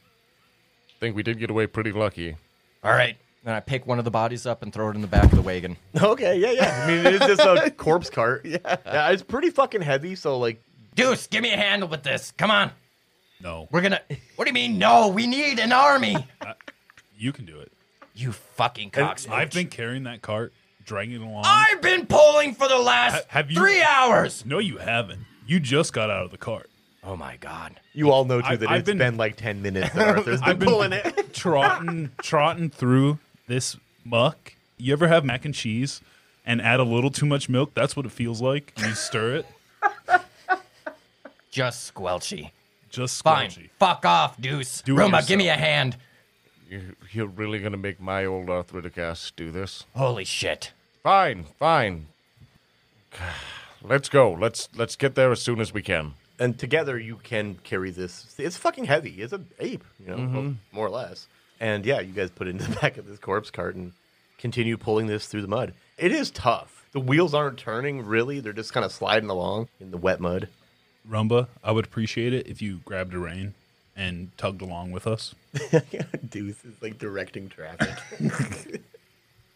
Speaker 5: Think we did get away pretty lucky.
Speaker 8: All right.
Speaker 3: Then I pick one of the bodies up and throw it in the back of the wagon.
Speaker 1: Okay, yeah, yeah. I mean, it is just a corpse cart. Yeah. it's pretty fucking heavy, so like
Speaker 8: Deuce, give me a handle with this. Come on.
Speaker 2: No,
Speaker 8: We're gonna. What do you mean? No, we need an army.
Speaker 2: you can do it.
Speaker 8: you fucking cocksmooch.
Speaker 2: I've been carrying that cart, dragging it along.
Speaker 8: I've been pulling for the last
Speaker 2: Ha- have you-
Speaker 8: three hours.
Speaker 2: No, you haven't. You just got out of the cart.
Speaker 8: Oh my god.
Speaker 1: you all know too
Speaker 2: I-
Speaker 1: that
Speaker 2: I've
Speaker 1: it's
Speaker 2: been-
Speaker 1: been... like ten minutes that Arthur's been,
Speaker 2: I've been-
Speaker 1: pulling it.
Speaker 2: trotting trotting through this muck. You ever have mac and cheese and add a little too much milk? That's what it feels like. You stir it.
Speaker 8: Just squelchy.
Speaker 2: Just
Speaker 8: Fine.
Speaker 2: squelchy.
Speaker 8: Fuck off, Deuce.
Speaker 2: Do it
Speaker 8: Roma,
Speaker 2: yourself.
Speaker 8: give me a hand.
Speaker 5: You, you're really gonna make my old arthritic ass do this?
Speaker 8: Holy shit.
Speaker 5: Fine, fine. Let's go. Let's let's get there as soon as we can.
Speaker 1: and together you can carry this. It's fucking heavy. It's an ape, you know, more or less. And yeah, you guys put it in the back of this corpse cart and continue pulling this through the mud. It is tough. The wheels aren't turning really; they're just kind of sliding along in the wet mud.
Speaker 2: Rumba, I would appreciate it if you grabbed a rein and tugged along with us.
Speaker 1: Deuce is like directing traffic.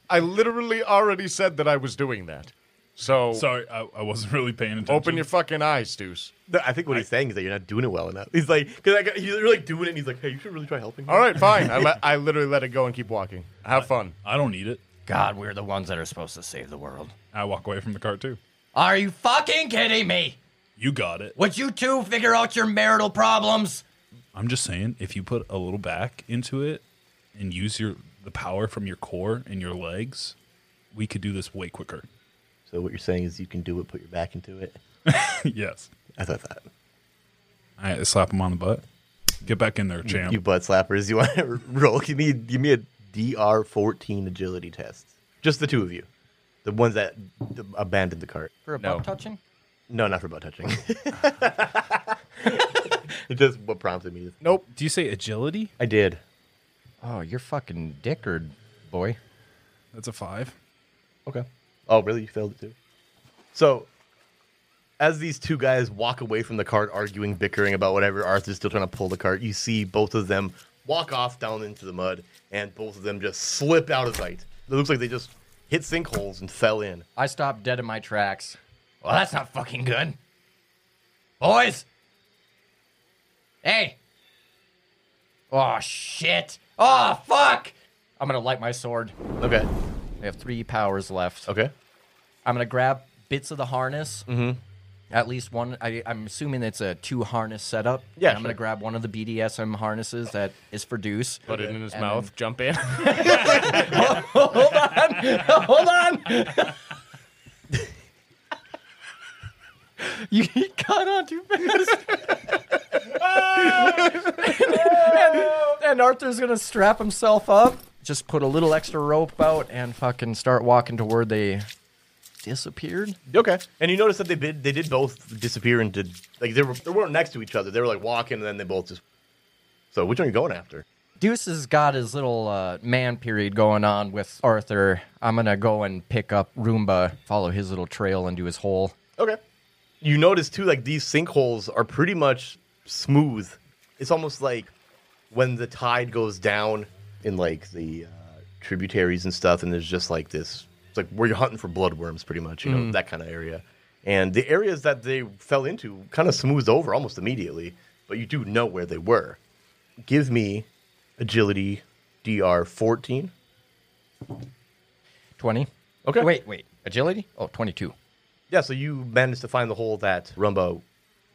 Speaker 5: I literally already said that I was doing that. So
Speaker 2: Sorry, I, I wasn't really paying attention.
Speaker 5: open your fucking eyes, Deuce.
Speaker 1: No, I think what he's saying is that you're not doing it well enough. He's like, because I got, you're like doing it, and he's like, hey, you should really try helping. me."
Speaker 5: All right, fine. I, let I literally let it go and keep walking. Have fun.
Speaker 2: I don't need it.
Speaker 8: God, we're the ones that are supposed to save the world.
Speaker 2: I walk away from the cart too.
Speaker 8: Are you fucking kidding me?
Speaker 2: You got it.
Speaker 8: Would you two figure out your marital problems?
Speaker 2: I'm just saying, if you put a little back into it and use your the power from your core and your legs, we could do this way quicker.
Speaker 1: So what you're saying is you can do it, put your back into it.
Speaker 2: yes.
Speaker 1: I thought that
Speaker 2: I slap him on the butt. Get back in there, champ.
Speaker 1: you butt slappers, you want to roll? Give me give me a DR fourteen agility test. Just the two of you, the ones that abandoned the cart.
Speaker 3: For a
Speaker 5: No.
Speaker 3: butt touching?
Speaker 1: No, not for butt touching. it's just what prompted me.
Speaker 5: Nope.
Speaker 2: do you say agility?
Speaker 1: I did.
Speaker 3: Oh, you're fucking dickered, boy.
Speaker 2: That's a five.
Speaker 1: Okay. Oh, really? You failed it too. So, as these two guys walk away from the cart, arguing, bickering about whatever, Arthur's still trying to pull the cart. You see both of them walk off down into the mud, and both of them just slip out of sight. It looks like they just hit sinkholes and fell in.
Speaker 3: I stopped dead in my tracks.
Speaker 8: Well, that's not fucking good. Boys! Hey! Oh, shit! Oh, fuck!
Speaker 3: I'm gonna light my sword.
Speaker 1: Okay.
Speaker 3: I have three powers left.
Speaker 1: Okay.
Speaker 3: I'm gonna grab bits of the harness. Mm-hmm. At least one. I, I'm assuming it's a two harness setup.
Speaker 1: Yeah,
Speaker 3: And I'm gonna
Speaker 1: sure.
Speaker 3: grab one of the BDSM harnesses that is for Deuce.
Speaker 5: Put it in his mouth. Jump in.
Speaker 3: Hold on. you caught on too fast. and, and Arthur's gonna strap himself up. Just put a little extra rope out and fucking start walking to where they disappeared.
Speaker 1: Okay. And you notice that they did they did both disappear into like they were they weren't next to each other. They were like walking, and then they both just. So which one are you going after?
Speaker 3: Deuce has got his little uh, man period going on with Arthur. I'm gonna go and pick up Roomba, follow his little trail into his hole.
Speaker 1: Okay. You notice too, like these sinkholes are pretty much smooth. It's almost like when the tide goes down in like the uh, tributaries and stuff, and there's just like this. It's like where you're hunting for bloodworms, pretty much. You know that kind of area. And the areas that they fell into kind of smoothed over almost immediately, but you do know where they were. Give me agility DR 14.
Speaker 3: Twenty.
Speaker 1: Okay.
Speaker 3: Wait, wait. Agility? Oh, 22.
Speaker 1: Yeah, so you managed to find the hole that Rumbo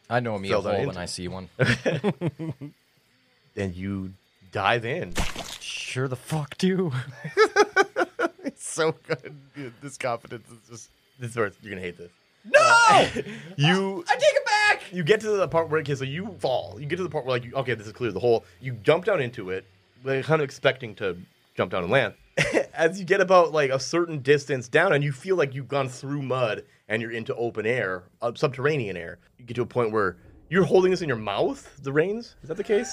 Speaker 3: I know me a
Speaker 1: Fell down
Speaker 3: hole when
Speaker 1: into
Speaker 3: I see one.
Speaker 1: and you dive in.
Speaker 3: sure the fuck do.
Speaker 5: so good. Dude, this confidence is just.
Speaker 1: This is where it's- you're gonna hate this.
Speaker 3: No!
Speaker 1: You
Speaker 3: I take it back!
Speaker 1: you get to the part where okay, so you fall. You get to the part where like you, okay, this is clear the hole. You jump down into it, like, kind of expecting to jump down and land. As you get about like a certain distance down, and you feel like you've gone through mud and you're into open air, uh, subterranean air. You get to a point where you're holding this in your mouth. The reins is that the case?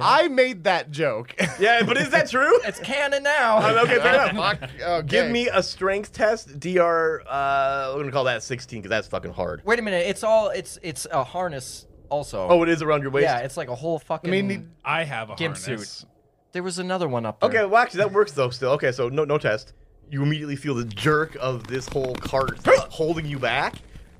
Speaker 5: I made that joke.
Speaker 1: Yeah, but is that true?
Speaker 3: It's canon now.
Speaker 1: okay, fair enough.
Speaker 4: Fuck. Okay.
Speaker 1: Give me a strength test, dr. Uh, we're gonna call that 16 because that's fucking hard.
Speaker 3: Wait a minute. It's all, it's it's a harness also.
Speaker 1: Oh, it is around your waist.
Speaker 3: yeah, it's like a whole fucking.
Speaker 4: I mean,
Speaker 2: I have a
Speaker 3: Gimp
Speaker 2: harness.
Speaker 3: suit. there was another one up there.
Speaker 1: Okay, well, actually, that works though. Still, okay. So no, no test. You immediately feel the jerk of this whole cart holding you back.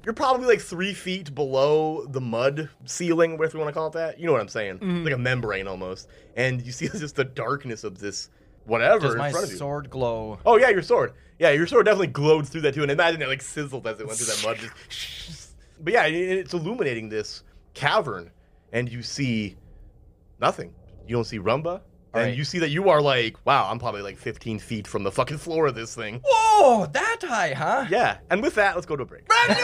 Speaker 1: You're probably like three feet below the mud ceiling, if we want to call it that. You know what I'm saying?
Speaker 3: Mm-hmm.
Speaker 1: Like a membrane almost. And you see just the darkness of this whatever
Speaker 3: Does
Speaker 1: in
Speaker 3: my
Speaker 1: front of you.
Speaker 3: sword glow?
Speaker 1: Oh yeah, your sword. Yeah, your sword definitely glowed through that too, and imagine it like sizzled as it went through that mud. Just but yeah, it- it's illuminating this cavern, and you see nothing. You don't see Rumba, and
Speaker 3: right.
Speaker 1: you see that you are like, wow, I'm probably like 15 feet from the fucking floor of this thing.
Speaker 3: Whoa, that high, huh?
Speaker 1: Yeah, and with that, let's go to a break.
Speaker 3: I'm doing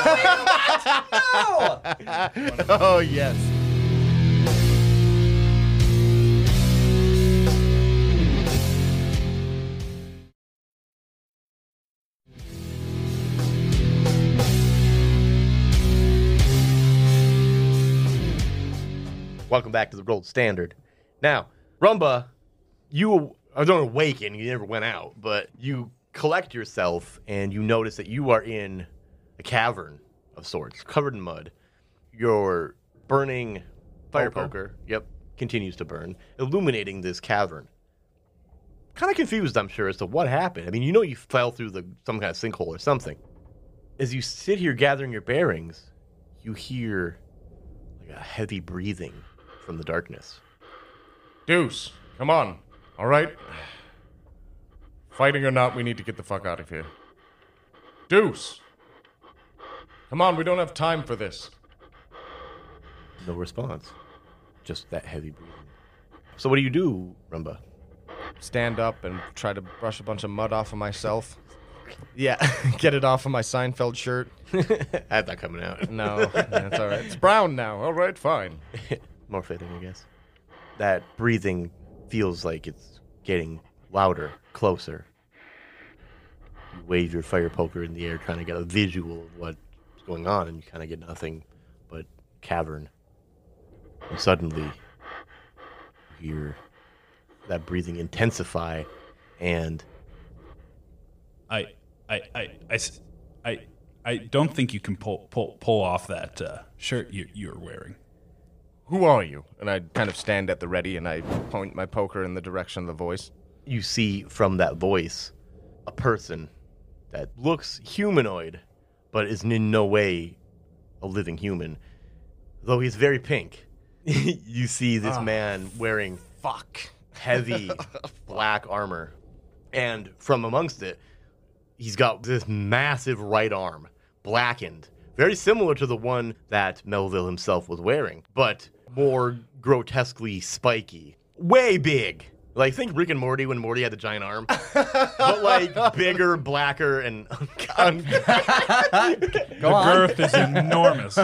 Speaker 3: what? No!
Speaker 4: Oh yes.
Speaker 1: Welcome back to the gold standard. Now, Rumba, you are don't awaken. You never went out, but you collect yourself and you notice that you are in a cavern of sorts, covered in mud. Your burning fire poker, yep, continues to burn, illuminating this cavern. Kind of confused, I'm sure, as to what happened. I mean, you know, you fell through the some kind of sinkhole or something. As you sit here gathering your bearings, you hear like a heavy breathing from the darkness.
Speaker 5: Deuce, come on. All right. Fighting or not, we need to get the fuck out of here. Deuce, come on. We don't have time for this.
Speaker 1: No response. Just that heavy breathing. So what do you do, Rumba?
Speaker 4: Stand up and try to brush a bunch of mud off of myself.
Speaker 1: Yeah,
Speaker 4: Get it off of my Seinfeld shirt.
Speaker 1: that's not coming out.
Speaker 4: No, that's all right.
Speaker 5: It's brown now. All right, fine.
Speaker 1: More fitting, I guess. That breathing feels like it's getting louder, closer. You wave your fire poker in the air, trying to get a visual of what's going on, and you kind of get nothing but cavern. And suddenly, you hear that breathing intensify, and
Speaker 2: I, I, I, I, s- I, I don't think you can pull pull pull off that uh, shirt you, you're wearing.
Speaker 4: Who are you? And I kind of stand at the ready and I point my poker in the direction of the voice.
Speaker 1: you see from that voice a person that looks humanoid, but is in no way a living human. Though he's very pink, you see this man wearing fuck heavy black armor, and from amongst it, he's got this massive right arm, blackened, very similar to the one that Melville himself was wearing, but more grotesquely spiky, way big. Like think Rick and Morty when Morty had the giant arm, but like bigger, blacker, and
Speaker 2: the girth is enormous.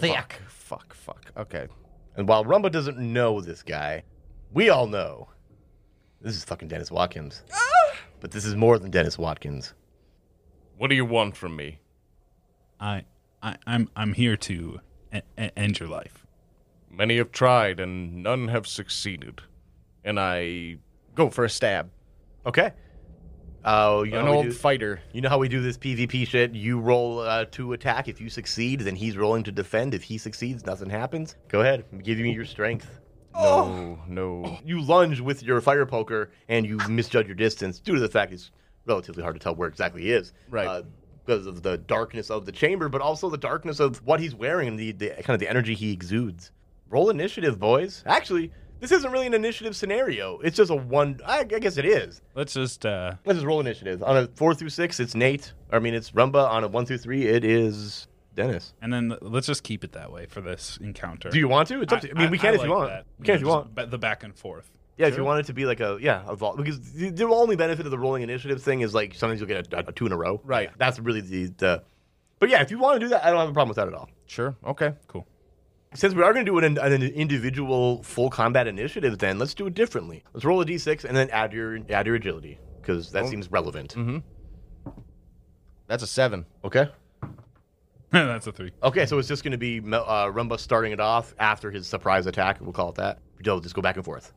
Speaker 8: Thick.
Speaker 4: Fuck, fuck. Okay.
Speaker 1: And while Rumba doesn't know this guy, we all know this is fucking Dennis Watkins.
Speaker 4: Ah!
Speaker 1: but this is more than Dennis Watkins.
Speaker 5: What do you want from me?
Speaker 2: I, I, I'm I'm here to e- e- end your life.
Speaker 5: Many have tried and none have succeeded. And I.
Speaker 4: Go for a stab.
Speaker 1: Okay. Oh, you know,
Speaker 4: An
Speaker 1: how we
Speaker 4: old
Speaker 1: do-
Speaker 4: fighter.
Speaker 1: you know how we do this PvP shit. You roll uh, to attack. If you succeed, then he's rolling to defend. If he succeeds, nothing happens. Go ahead, give me your strength.
Speaker 4: Oh, no.
Speaker 1: You lunge with your fire poker and you misjudge your distance due to the fact it's relatively hard to tell where exactly he is.
Speaker 4: Right.
Speaker 1: Uh, because of the darkness of the chamber, but also the darkness of what he's wearing and the, the kind of the energy he exudes. Roll initiative, boys. Actually, this isn't really an initiative scenario. It's just a one. I, I guess it is.
Speaker 2: Let's just uh,
Speaker 1: Let's just roll initiative. On a four through six, it's Nate. I mean, it's Rumba. On a one through three, it is Dennis.
Speaker 2: and then let's just keep it that way for this encounter.
Speaker 1: Do you want to? It's up to. I, mean, we can if
Speaker 2: like
Speaker 1: you want.
Speaker 2: that.
Speaker 1: We can if you
Speaker 2: Just
Speaker 1: want.
Speaker 2: ba- the back and forth.
Speaker 1: Yeah, if you want it to be like a yeah, a vol- because the, the only benefit of the rolling initiative thing is like sometimes you'll get a, a two in a row.
Speaker 4: Right.
Speaker 1: That's really the, the. But yeah, if you want to do that, I don't have a problem with that at all.
Speaker 4: Sure. Okay.
Speaker 2: Cool.
Speaker 1: Since we are going to do it in, an individual full combat initiative, then let's do it differently. Let's roll a d6 and then add your add your agility because that seems relevant.
Speaker 2: Mm-hmm.
Speaker 4: That's a seven.
Speaker 1: Okay.
Speaker 2: That's a three.
Speaker 1: Okay, so it's just going to be Mel- uh, Rumba starting it off after his surprise attack. We'll call it that. They'll just go back and forth.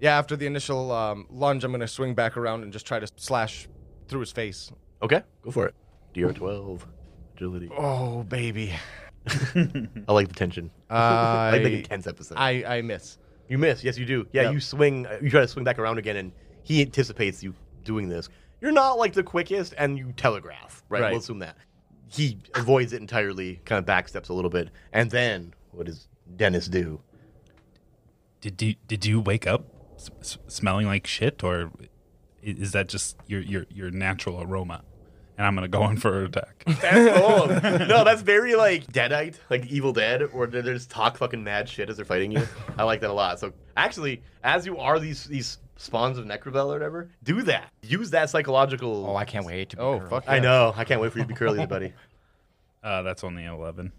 Speaker 4: Yeah, after the initial um, lunge, I'm going to swing back around and just try to slash through his face.
Speaker 1: Okay, go for it. DR 12 agility.
Speaker 4: Oh, baby.
Speaker 1: I like the tension. I like the
Speaker 4: I,
Speaker 1: intense episode.
Speaker 4: I, I miss.
Speaker 1: You miss. Yes, you do. Yeah,
Speaker 4: Yep.
Speaker 1: you swing. uh, You try to swing back around again, and he anticipates you doing this. You're not like the quickest, and you telegraph. Right.
Speaker 4: Right.
Speaker 1: We'll assume that. He avoids it entirely, kind of backsteps a little bit, and then what does Dennis do?
Speaker 2: Did you did you wake up s- s- smelling like shit, or i- is that just your your your natural aroma? And I'm gonna go in for an attack.
Speaker 1: That's all. no, that's very like Deadite, like Evil Dead, or they they just talk fucking mad shit as they're fighting you. I like that a lot. So actually, as you are these these spawns of Necrobell or whatever, do that. Use that psychological.
Speaker 8: Oh, I can't wait to be
Speaker 4: Oh,
Speaker 8: curled.
Speaker 4: fuck.
Speaker 1: I
Speaker 4: yeah.
Speaker 1: know. I can't wait for you to be curly, buddy.
Speaker 2: Uh, that's only an eleven.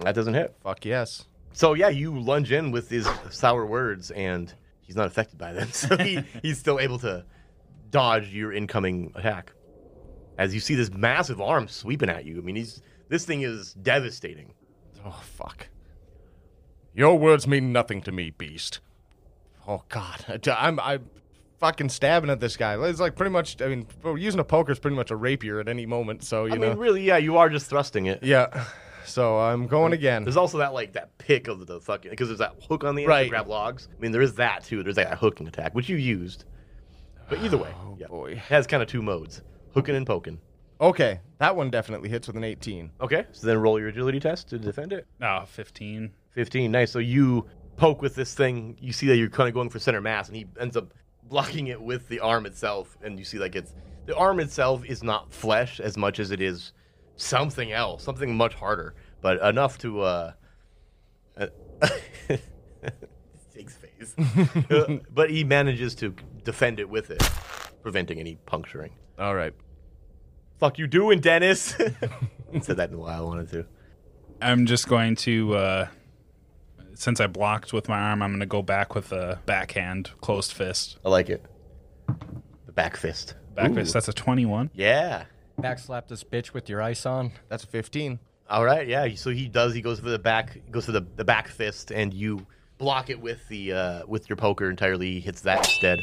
Speaker 1: That doesn't hit.
Speaker 4: Fuck yes.
Speaker 1: So yeah, you lunge in with these sour words, and he's not affected by them, so he, he's still able to dodge your incoming attack. As you see this massive arm sweeping at you, I mean, he's this thing is devastating.
Speaker 4: Oh, fuck.
Speaker 5: Your words mean nothing to me, beast.
Speaker 4: Oh God, I'm I'm fucking stabbing at this guy. It's like pretty much. I mean, using a poker is pretty much a rapier at any moment. So you
Speaker 1: I
Speaker 4: know.
Speaker 1: mean, really, yeah, you are just thrusting it.
Speaker 4: yeah. So I'm going again.
Speaker 1: There's also that like that pick of the fucking because there's that hook on the end
Speaker 4: Right.
Speaker 1: to grab logs. I mean, there is that too. There's that hooking attack which you used, but either way, yeah,
Speaker 4: Oh, boy.
Speaker 1: it has kind of two modes: hooking and poking.
Speaker 4: Okay, that one definitely hits with an 18.
Speaker 1: Okay, so then roll your agility test to defend it.
Speaker 2: Ah, 15.
Speaker 1: 15. Nice. So you poke with this thing. You see that you're kind of going for center mass, and he ends up blocking it with the arm itself. And you see like it's the arm itself is not flesh as much as it is something else, something much harder, but enough to. uh, uh Zig's face. Uh, but he manages to defend it with it, preventing any puncturing.
Speaker 5: All right.
Speaker 1: Fuck you doing, Dennis? Said that in the way I wanted to.
Speaker 2: I'm just going to, uh, since I blocked with my arm, I'm going to go back with a backhand, closed fist.
Speaker 1: I like it. The back fist.
Speaker 2: Back
Speaker 1: Ooh.
Speaker 2: fist. That's a 21.
Speaker 1: Yeah.
Speaker 3: Backslap this bitch with your ice on.
Speaker 4: That's a 15.
Speaker 1: All right. Yeah. So he does. He goes for the back. Goes for the, the back fist, and you block it with the uh, with your poker entirely. He hits that instead.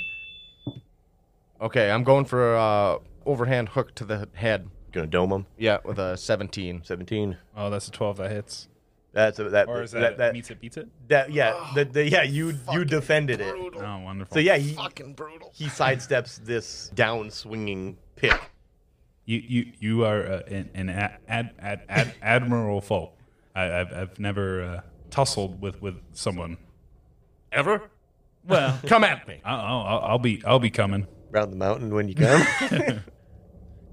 Speaker 4: Okay, I'm going for uh overhand hook to the head.
Speaker 1: Gonna dome him.
Speaker 4: Yeah, with a 17.
Speaker 1: Seventeen.
Speaker 2: Oh, that's a 12 that hits.
Speaker 1: That's a, that,
Speaker 2: Or is that,
Speaker 1: that, that,
Speaker 2: meets it, beats it?
Speaker 1: that- yeah the, the, yeah you you defended it.
Speaker 2: Oh, wonderful.
Speaker 1: So yeah, he
Speaker 4: Fucking brutal.
Speaker 1: he sidesteps this down swinging pick.
Speaker 2: You, you, you are uh, an, an ad, ad, ad, ad, admiral foe. I, I've, I've never uh, tussled with, with someone.
Speaker 5: Ever?
Speaker 2: Well,
Speaker 5: Come at me.
Speaker 2: I- I'll, I'll, I'll be I'll be coming.
Speaker 1: Round the mountain when you come.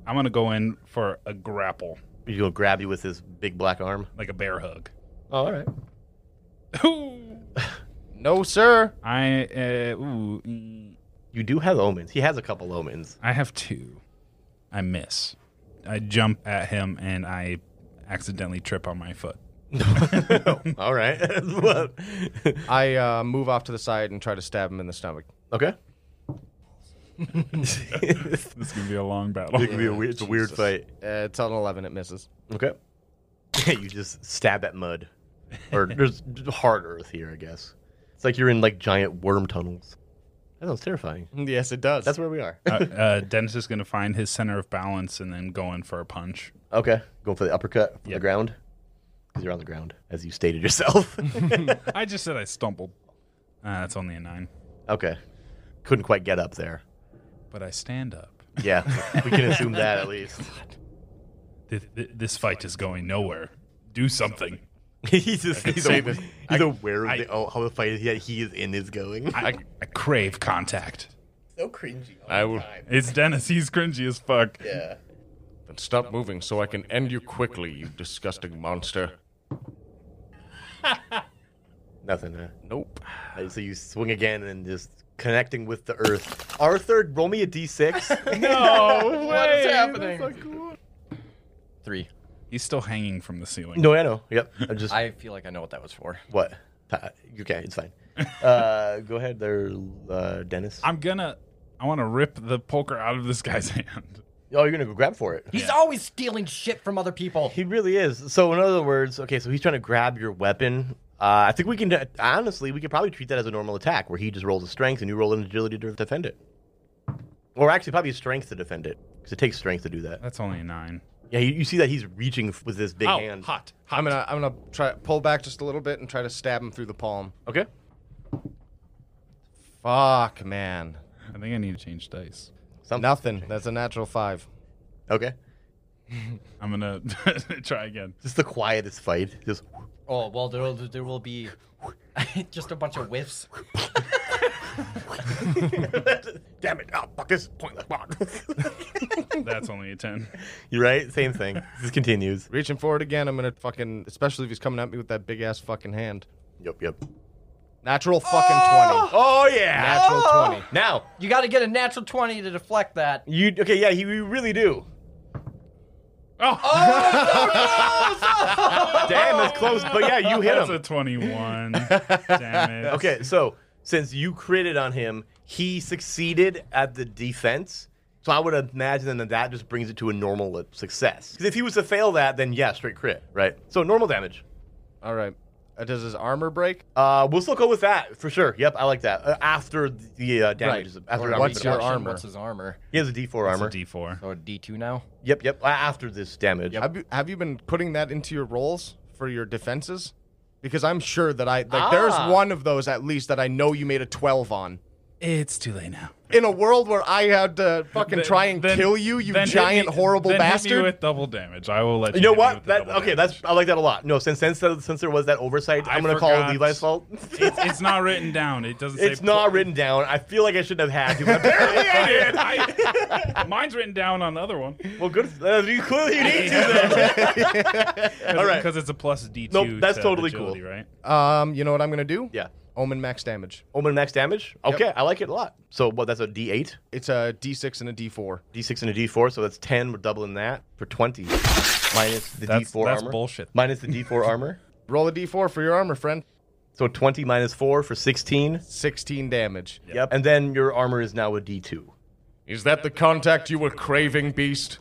Speaker 2: I'm gonna go in for a grapple,
Speaker 1: He's gonna grab you with his big black arm.
Speaker 2: like a bear hug.
Speaker 1: Oh, all right.
Speaker 4: No, sir.
Speaker 2: I uh, ooh, mm,
Speaker 1: You do have omens. He has a couple omens.
Speaker 2: I have two. I miss. I jump at him and I accidentally trip on my foot.
Speaker 1: all right. What?
Speaker 4: I uh, move off to the side and try to stab him in the stomach.
Speaker 1: okay.
Speaker 2: This is gonna be a long battle.
Speaker 1: It could be a weird, it's a weird fight.
Speaker 4: Uh, it's on 11, it misses.
Speaker 1: Okay. you just stab at mud, or there's hard earth here, I guess. It's like you're in like giant worm tunnels. That sounds terrifying.
Speaker 4: Yes, it does.
Speaker 1: That's where we are.
Speaker 2: uh, uh, Dennis is gonna find his center of balance and then go in for a punch.
Speaker 1: Okay, going for the uppercut from
Speaker 2: Yep.
Speaker 1: the ground because you're on the ground, as you stated yourself.
Speaker 2: I just said I stumbled. Uh, that's only a nine,
Speaker 1: okay, couldn't quite get up there.
Speaker 2: but I stand up.
Speaker 1: Yeah, we can assume that at least.
Speaker 2: Th- th- this fight is going nowhere. Do something.
Speaker 1: he's just he's,
Speaker 5: say
Speaker 1: a,
Speaker 5: this.
Speaker 1: he's aware of
Speaker 2: I-
Speaker 1: the, oh, how the fight that he is in is going.
Speaker 2: I, I crave contact.
Speaker 1: so cringy.
Speaker 5: I will
Speaker 2: It's Dennis. He's cringy as fuck.
Speaker 1: Yeah.
Speaker 5: then stop moving so I can end you quickly, you disgusting monster.
Speaker 1: Nothing. Huh?
Speaker 5: Nope.
Speaker 1: Uh, So you swing again and just connecting with the earth. Arthur, roll me a d6.
Speaker 2: No
Speaker 3: What's happening? Three.
Speaker 2: He's still hanging from the ceiling.
Speaker 1: no, I know. Yep. I'm just
Speaker 3: I feel like I know what that was for.
Speaker 1: what? Uh, Okay, it's fine. Uh, go ahead, there, uh, Dennis.
Speaker 2: I'm gonna. I want to rip the poker out of this guy's hand.
Speaker 1: oh, you're gonna go grab for it.
Speaker 8: He's always stealing shit from other people.
Speaker 1: He really is. So in other words, okay, so he's trying to grab your weapon. Uh, I think we can honestly, we could probably treat that as a normal attack where he just rolls a strength and you roll an agility to defend it. Or actually, probably a strength to defend it because it takes strength to do that.
Speaker 2: That's only a nine.
Speaker 1: Yeah, you, you see that he's reaching f- with his big hand.
Speaker 2: hot.
Speaker 4: I'm gonna I'm gonna try pull back just a little bit and try to stab him through the palm.
Speaker 1: Okay.
Speaker 4: Fuck, man.
Speaker 2: I think I need to change dice.
Speaker 1: Something.
Speaker 4: Nothing. That's a natural five.
Speaker 1: Okay.
Speaker 2: I'm gonna try again.
Speaker 1: Just the quietest fight. Just
Speaker 8: Oh well, there will, there will be just a bunch of whiffs.
Speaker 1: damn it! Oh fuck this pointless
Speaker 2: That's only a ten.
Speaker 1: You're right. Same thing. This continues.
Speaker 4: Reaching forward again, I'm gonna fucking especially if he's coming at me with that big ass fucking hand.
Speaker 1: Yep. Yep.
Speaker 4: Natural fucking twenty.
Speaker 1: Oh yeah.
Speaker 4: Natural twenty.
Speaker 1: Now
Speaker 8: You got to get a natural twenty to deflect that.
Speaker 1: you okay? Yeah, he, you really do.
Speaker 2: Oh,
Speaker 1: Damn, that's close. But yeah, you hit
Speaker 2: that's a
Speaker 1: him.
Speaker 2: twenty-one. Damn it.
Speaker 1: Okay, so since you critted on him, he succeeded at the defense. So I would imagine that that just brings it to a normal success. Because if he was to fail that, then yeah, straight crit, right? So normal damage.
Speaker 4: All right. Uh, does his armor break?
Speaker 1: Uh, we'll still go with that for sure. Yep, I like that. Uh, after the uh, damage, is after
Speaker 4: Or
Speaker 1: armor
Speaker 4: what's
Speaker 1: is
Speaker 4: your
Speaker 1: applied.
Speaker 4: armor?
Speaker 3: What's his armor?
Speaker 1: He has a D4 armor.
Speaker 2: It's a D4.
Speaker 3: So a D2 now?
Speaker 1: yep, yep. uh, After this damage,
Speaker 4: Have you have you been putting that into your rolls for your defenses? Because I'm sure that I like there's
Speaker 2: Ah.
Speaker 4: one of those at least that I know you made a 12 on.
Speaker 2: It's too late now.
Speaker 4: In a world where I had to fucking try and
Speaker 2: Then-
Speaker 4: kill you, you
Speaker 2: then hit
Speaker 4: giant
Speaker 2: me-
Speaker 4: horrible
Speaker 2: then hit me
Speaker 4: bastard.
Speaker 2: with double damage. I will let
Speaker 1: You
Speaker 2: you.
Speaker 1: know
Speaker 2: hit me
Speaker 1: what?
Speaker 2: with the
Speaker 1: That
Speaker 2: double
Speaker 1: okay.
Speaker 2: damage.
Speaker 1: That's I like that a lot. No, since since since there was that oversight,
Speaker 2: I
Speaker 1: I'm gonna call
Speaker 2: forgot.
Speaker 1: it Levi's fault.
Speaker 2: it's, it's not written down. It doesn't.
Speaker 1: It's
Speaker 2: say
Speaker 1: not written down. I feel like I shouldn't have had to. But apparently I did.
Speaker 2: I, mine's written down on the other one.
Speaker 1: Well, good. Uh, you clearly you need to. Then. All right.
Speaker 2: because it's a plus D two.
Speaker 1: Nope, that's
Speaker 2: to
Speaker 1: totally
Speaker 2: agility,
Speaker 1: cool. Uh,
Speaker 2: right?
Speaker 4: Um, you know what I'm going to do?
Speaker 1: Yeah.
Speaker 4: Omen max damage.
Speaker 1: Omen max damage. Okay, I like it a lot. So what? That's a D8,
Speaker 4: It's a d6 and a d4.
Speaker 1: D6 and a D4. So that's 10. We're doubling that for 20. Minus the
Speaker 2: That's-
Speaker 1: D4
Speaker 2: that's
Speaker 1: armor.
Speaker 2: bullshit.
Speaker 1: Minus the D4 armor.
Speaker 4: Roll a d4 for your armor, friend.
Speaker 1: So 20 minus 4 for 16.
Speaker 4: 16 damage.
Speaker 1: Yep. And then your armor is now a D2.
Speaker 5: Is that the contact you were craving, beast?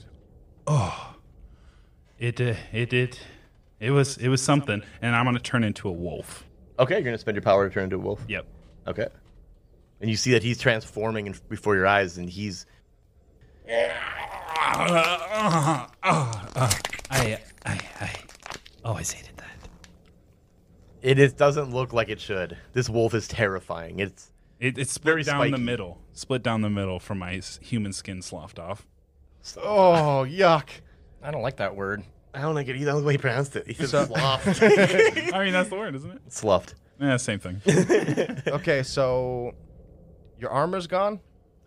Speaker 2: It uh, it it it was it was something, and I'm gonna turn into a wolf.
Speaker 1: Okay, you're going to spend your power to turn into a wolf.
Speaker 2: Yep.
Speaker 1: Okay. And you see that he's transforming in, before your eyes, and he's.
Speaker 2: Ah, I I Oh, I always hated that.
Speaker 1: It is, doesn't look like it should. This wolf is terrifying. It's.
Speaker 2: It, it's split
Speaker 1: Very
Speaker 2: down the
Speaker 1: spiky.
Speaker 2: middle. Split down the middle for my s- human skin sloughed off.
Speaker 4: Oh, yuck.
Speaker 3: I don't like that word.
Speaker 1: I don't like it either. I don't know the way he pronounced it. He said sloughed.
Speaker 2: I mean, that's the word, isn't it?
Speaker 1: sloughed.
Speaker 2: Yeah, same thing.
Speaker 4: Okay, so your armor's gone?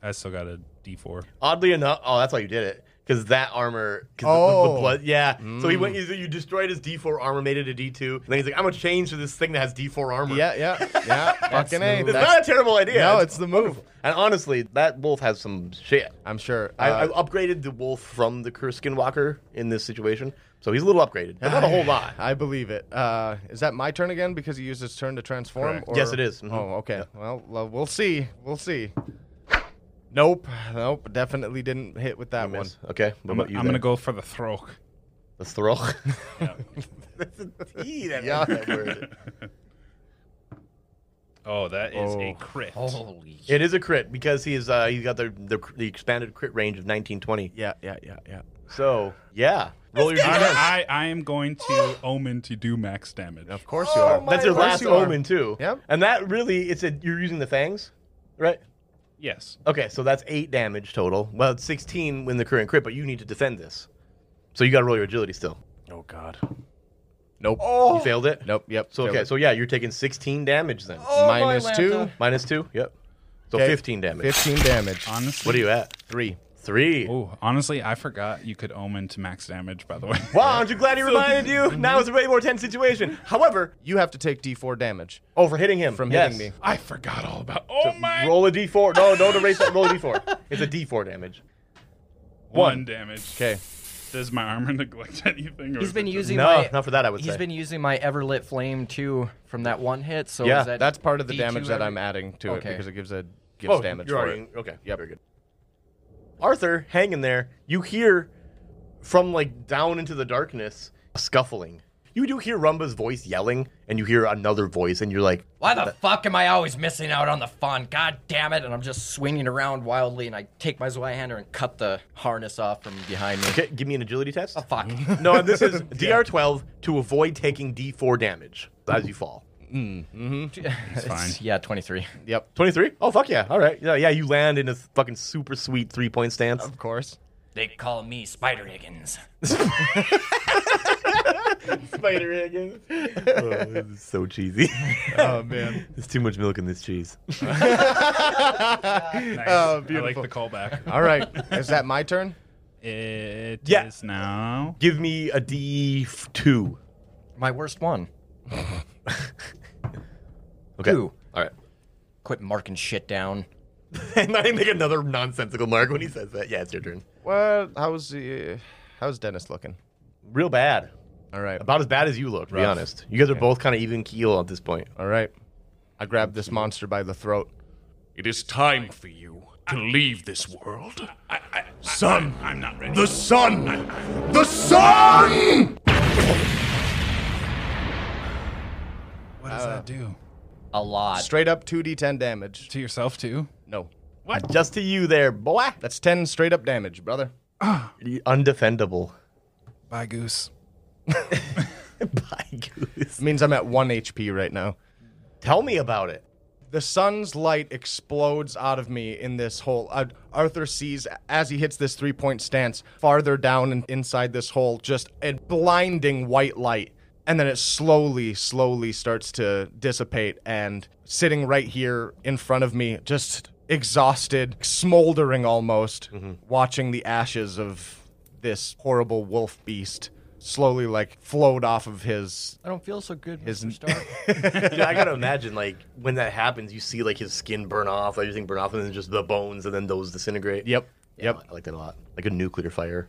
Speaker 2: I still got a D4.
Speaker 1: Oddly enough, oh, that's why you did it. Because that armor, because the,
Speaker 4: Oh. Mm.
Speaker 1: blood, yeah. So he went, he's- you destroyed his D4 armor, made it a D2, and then he's like, I'm gonna change to this thing that has D4 armor.
Speaker 4: Yeah, yeah, yeah. fucking A.
Speaker 1: it's
Speaker 4: That's-
Speaker 1: not a terrible idea.
Speaker 4: no, it's the move.
Speaker 1: and honestly, that wolf has some shit.
Speaker 4: I'm sure.
Speaker 1: I, I
Speaker 4: Uh,
Speaker 1: upgraded the wolf from the Kurskin Walker in this situation, so he's a little upgraded, but not
Speaker 4: Ah,
Speaker 1: a whole lot.
Speaker 4: I believe it. Uh, is that my turn again because he used his turn to transform?
Speaker 2: Correct.
Speaker 4: Or...
Speaker 1: Yes, it is. Mhm.
Speaker 4: Oh, okay. Well, well, we'll see. We'll see. Nope. Nope. Definitely didn't hit with that one.
Speaker 1: Miss. Okay, what
Speaker 2: I'm,
Speaker 1: about you?
Speaker 2: I'm gonna go for the throat.
Speaker 1: Let's throw. That's a T. That yeah. that word.
Speaker 2: Oh, that is a
Speaker 4: Oh.
Speaker 2: crit.
Speaker 8: Holy
Speaker 1: It is a crit because he's uh, he's got the, the the expanded crit range of 1920.
Speaker 4: Yeah, yeah, yeah, yeah.
Speaker 1: So yeah, roll your
Speaker 2: I'm-
Speaker 1: d10.
Speaker 2: I, I am going to omen to do max damage.
Speaker 4: Of course you are.
Speaker 1: That's your
Speaker 4: Of course
Speaker 1: last
Speaker 4: you are.
Speaker 1: omen too.
Speaker 4: Yep.
Speaker 1: And that really, it's a you're using the fangs, right?
Speaker 2: Yes.
Speaker 1: Okay, so that's eight damage total. Well, it's sixteen when the current crit, but you need to defend this, so you got to roll your agility still.
Speaker 4: Oh God.
Speaker 1: Nope. You failed it.
Speaker 4: Oh. Nope. Yep.
Speaker 1: So
Speaker 4: failed
Speaker 1: okay,
Speaker 4: it.
Speaker 1: so yeah, you're taking sixteen damage then,
Speaker 4: minus two,
Speaker 1: minus two. Yep. So
Speaker 4: Okay.
Speaker 1: fifteen damage.
Speaker 4: fifteen damage.
Speaker 2: Honestly.
Speaker 1: What are you at?
Speaker 4: Three.
Speaker 1: Three.
Speaker 2: Oh, honestly, I forgot you could omen to max damage. By the way.
Speaker 1: Wow, aren't you glad he reminded you?
Speaker 4: Mhm.
Speaker 1: Now it's a way more tense situation. However,
Speaker 4: You have to take D4 damage
Speaker 1: oh, for hitting him
Speaker 4: from
Speaker 1: Yes.
Speaker 4: hitting me.
Speaker 2: I forgot all about. Oh my.
Speaker 1: Roll a d4. No, don't erase that. Roll a d4. It's a d4 damage.
Speaker 2: One damage.
Speaker 4: Okay.
Speaker 2: Does my armor neglect anything? Or
Speaker 3: He's
Speaker 2: is
Speaker 3: been
Speaker 2: it just-
Speaker 3: using
Speaker 1: No,
Speaker 3: my.
Speaker 1: not for that, I would
Speaker 3: He's
Speaker 1: say.
Speaker 3: been using my Everlit Flame too from that one hit. So
Speaker 1: Yeah,
Speaker 3: is that
Speaker 4: That's part of the
Speaker 3: D2
Speaker 4: damage that
Speaker 3: every-
Speaker 4: I'm adding to
Speaker 3: Okay.
Speaker 4: it because it gives a
Speaker 1: Oh,
Speaker 4: gives damage
Speaker 1: you're
Speaker 4: for
Speaker 1: already-
Speaker 4: it.
Speaker 1: Okay.
Speaker 4: Yep.
Speaker 1: Very good. Arthur, hang in there. You hear from like down into the darkness scuffling. You do hear Rumba's voice yelling, and you hear another voice, and you're like,
Speaker 8: Why the fuck am I always missing out on the fun?
Speaker 3: God damn it! And I'm just swinging around wildly, and I take my Zweihander and cut the harness off from behind me.
Speaker 1: "Okay, give me an agility test.
Speaker 3: Fuck.
Speaker 1: Oh, No, and this is DR12 to avoid taking D4 damage as you fall.
Speaker 3: it's
Speaker 2: fine.
Speaker 3: Yeah, 23.
Speaker 4: Yep.
Speaker 1: 23? Oh, fuck yeah. All right. Yeah, yeah, you land in a fucking super sweet three point stance.
Speaker 4: Of course.
Speaker 8: They call me Spider Higgins.
Speaker 1: Spider again. oh, this is so cheesy.
Speaker 4: Oh man.
Speaker 1: There's too much milk in this cheese.
Speaker 2: Nice.
Speaker 4: Oh,
Speaker 2: I like
Speaker 4: beautiful.
Speaker 2: the callback.
Speaker 4: All right. Is that my turn?
Speaker 2: It is
Speaker 1: Yeah.
Speaker 2: now.
Speaker 1: Give me a D2.
Speaker 3: My worst one.
Speaker 1: Okay.
Speaker 3: Two.
Speaker 1: All right.
Speaker 3: Quit marking shit down.
Speaker 1: And not even make another nonsensical mark when he says that. Yeah, it's your turn.
Speaker 4: Well, how's uh, how's Dennis looking?
Speaker 1: Real bad.
Speaker 4: All right.
Speaker 1: About as bad as you look, to be
Speaker 4: Rough.
Speaker 1: honest. You guys are both kind of even keel at this point.
Speaker 4: All right. I grab this monster by the throat.
Speaker 5: It is time for you to leave this world.
Speaker 2: I, I,
Speaker 5: Son,
Speaker 2: I'm not ready.
Speaker 5: the sun! The sun!
Speaker 2: that do?
Speaker 3: A lot.
Speaker 4: Straight up 2d10 damage.
Speaker 2: To yourself too?
Speaker 4: No.
Speaker 1: What? Just to you there, boy.
Speaker 4: That's 10 straight up damage, brother.
Speaker 1: That's undefendable.
Speaker 2: Bye, goose.
Speaker 1: By goose.
Speaker 4: Means I'm at 1 HP right now.
Speaker 1: Tell me about it.
Speaker 4: The sun's light explodes out of me in this hole. Uh, Arthur sees as he hits this three point stance farther down and inside this hole just a blinding white light. And then it slowly, slowly starts to dissipate. And sitting right here in front of me, just exhausted, smoldering almost, watching the ashes of this horrible wolf beast slowly like float off of his
Speaker 3: I don't feel so good,
Speaker 4: Isn't-
Speaker 3: Mr. Stark.
Speaker 1: Dude, I gotta imagine like when that happens, you see like his skin burn off, everything burn off, and then just the bones, and then those disintegrate.
Speaker 4: Yep.
Speaker 1: Yeah,
Speaker 4: Yep.
Speaker 1: I like that a lot. Like a nuclear fire.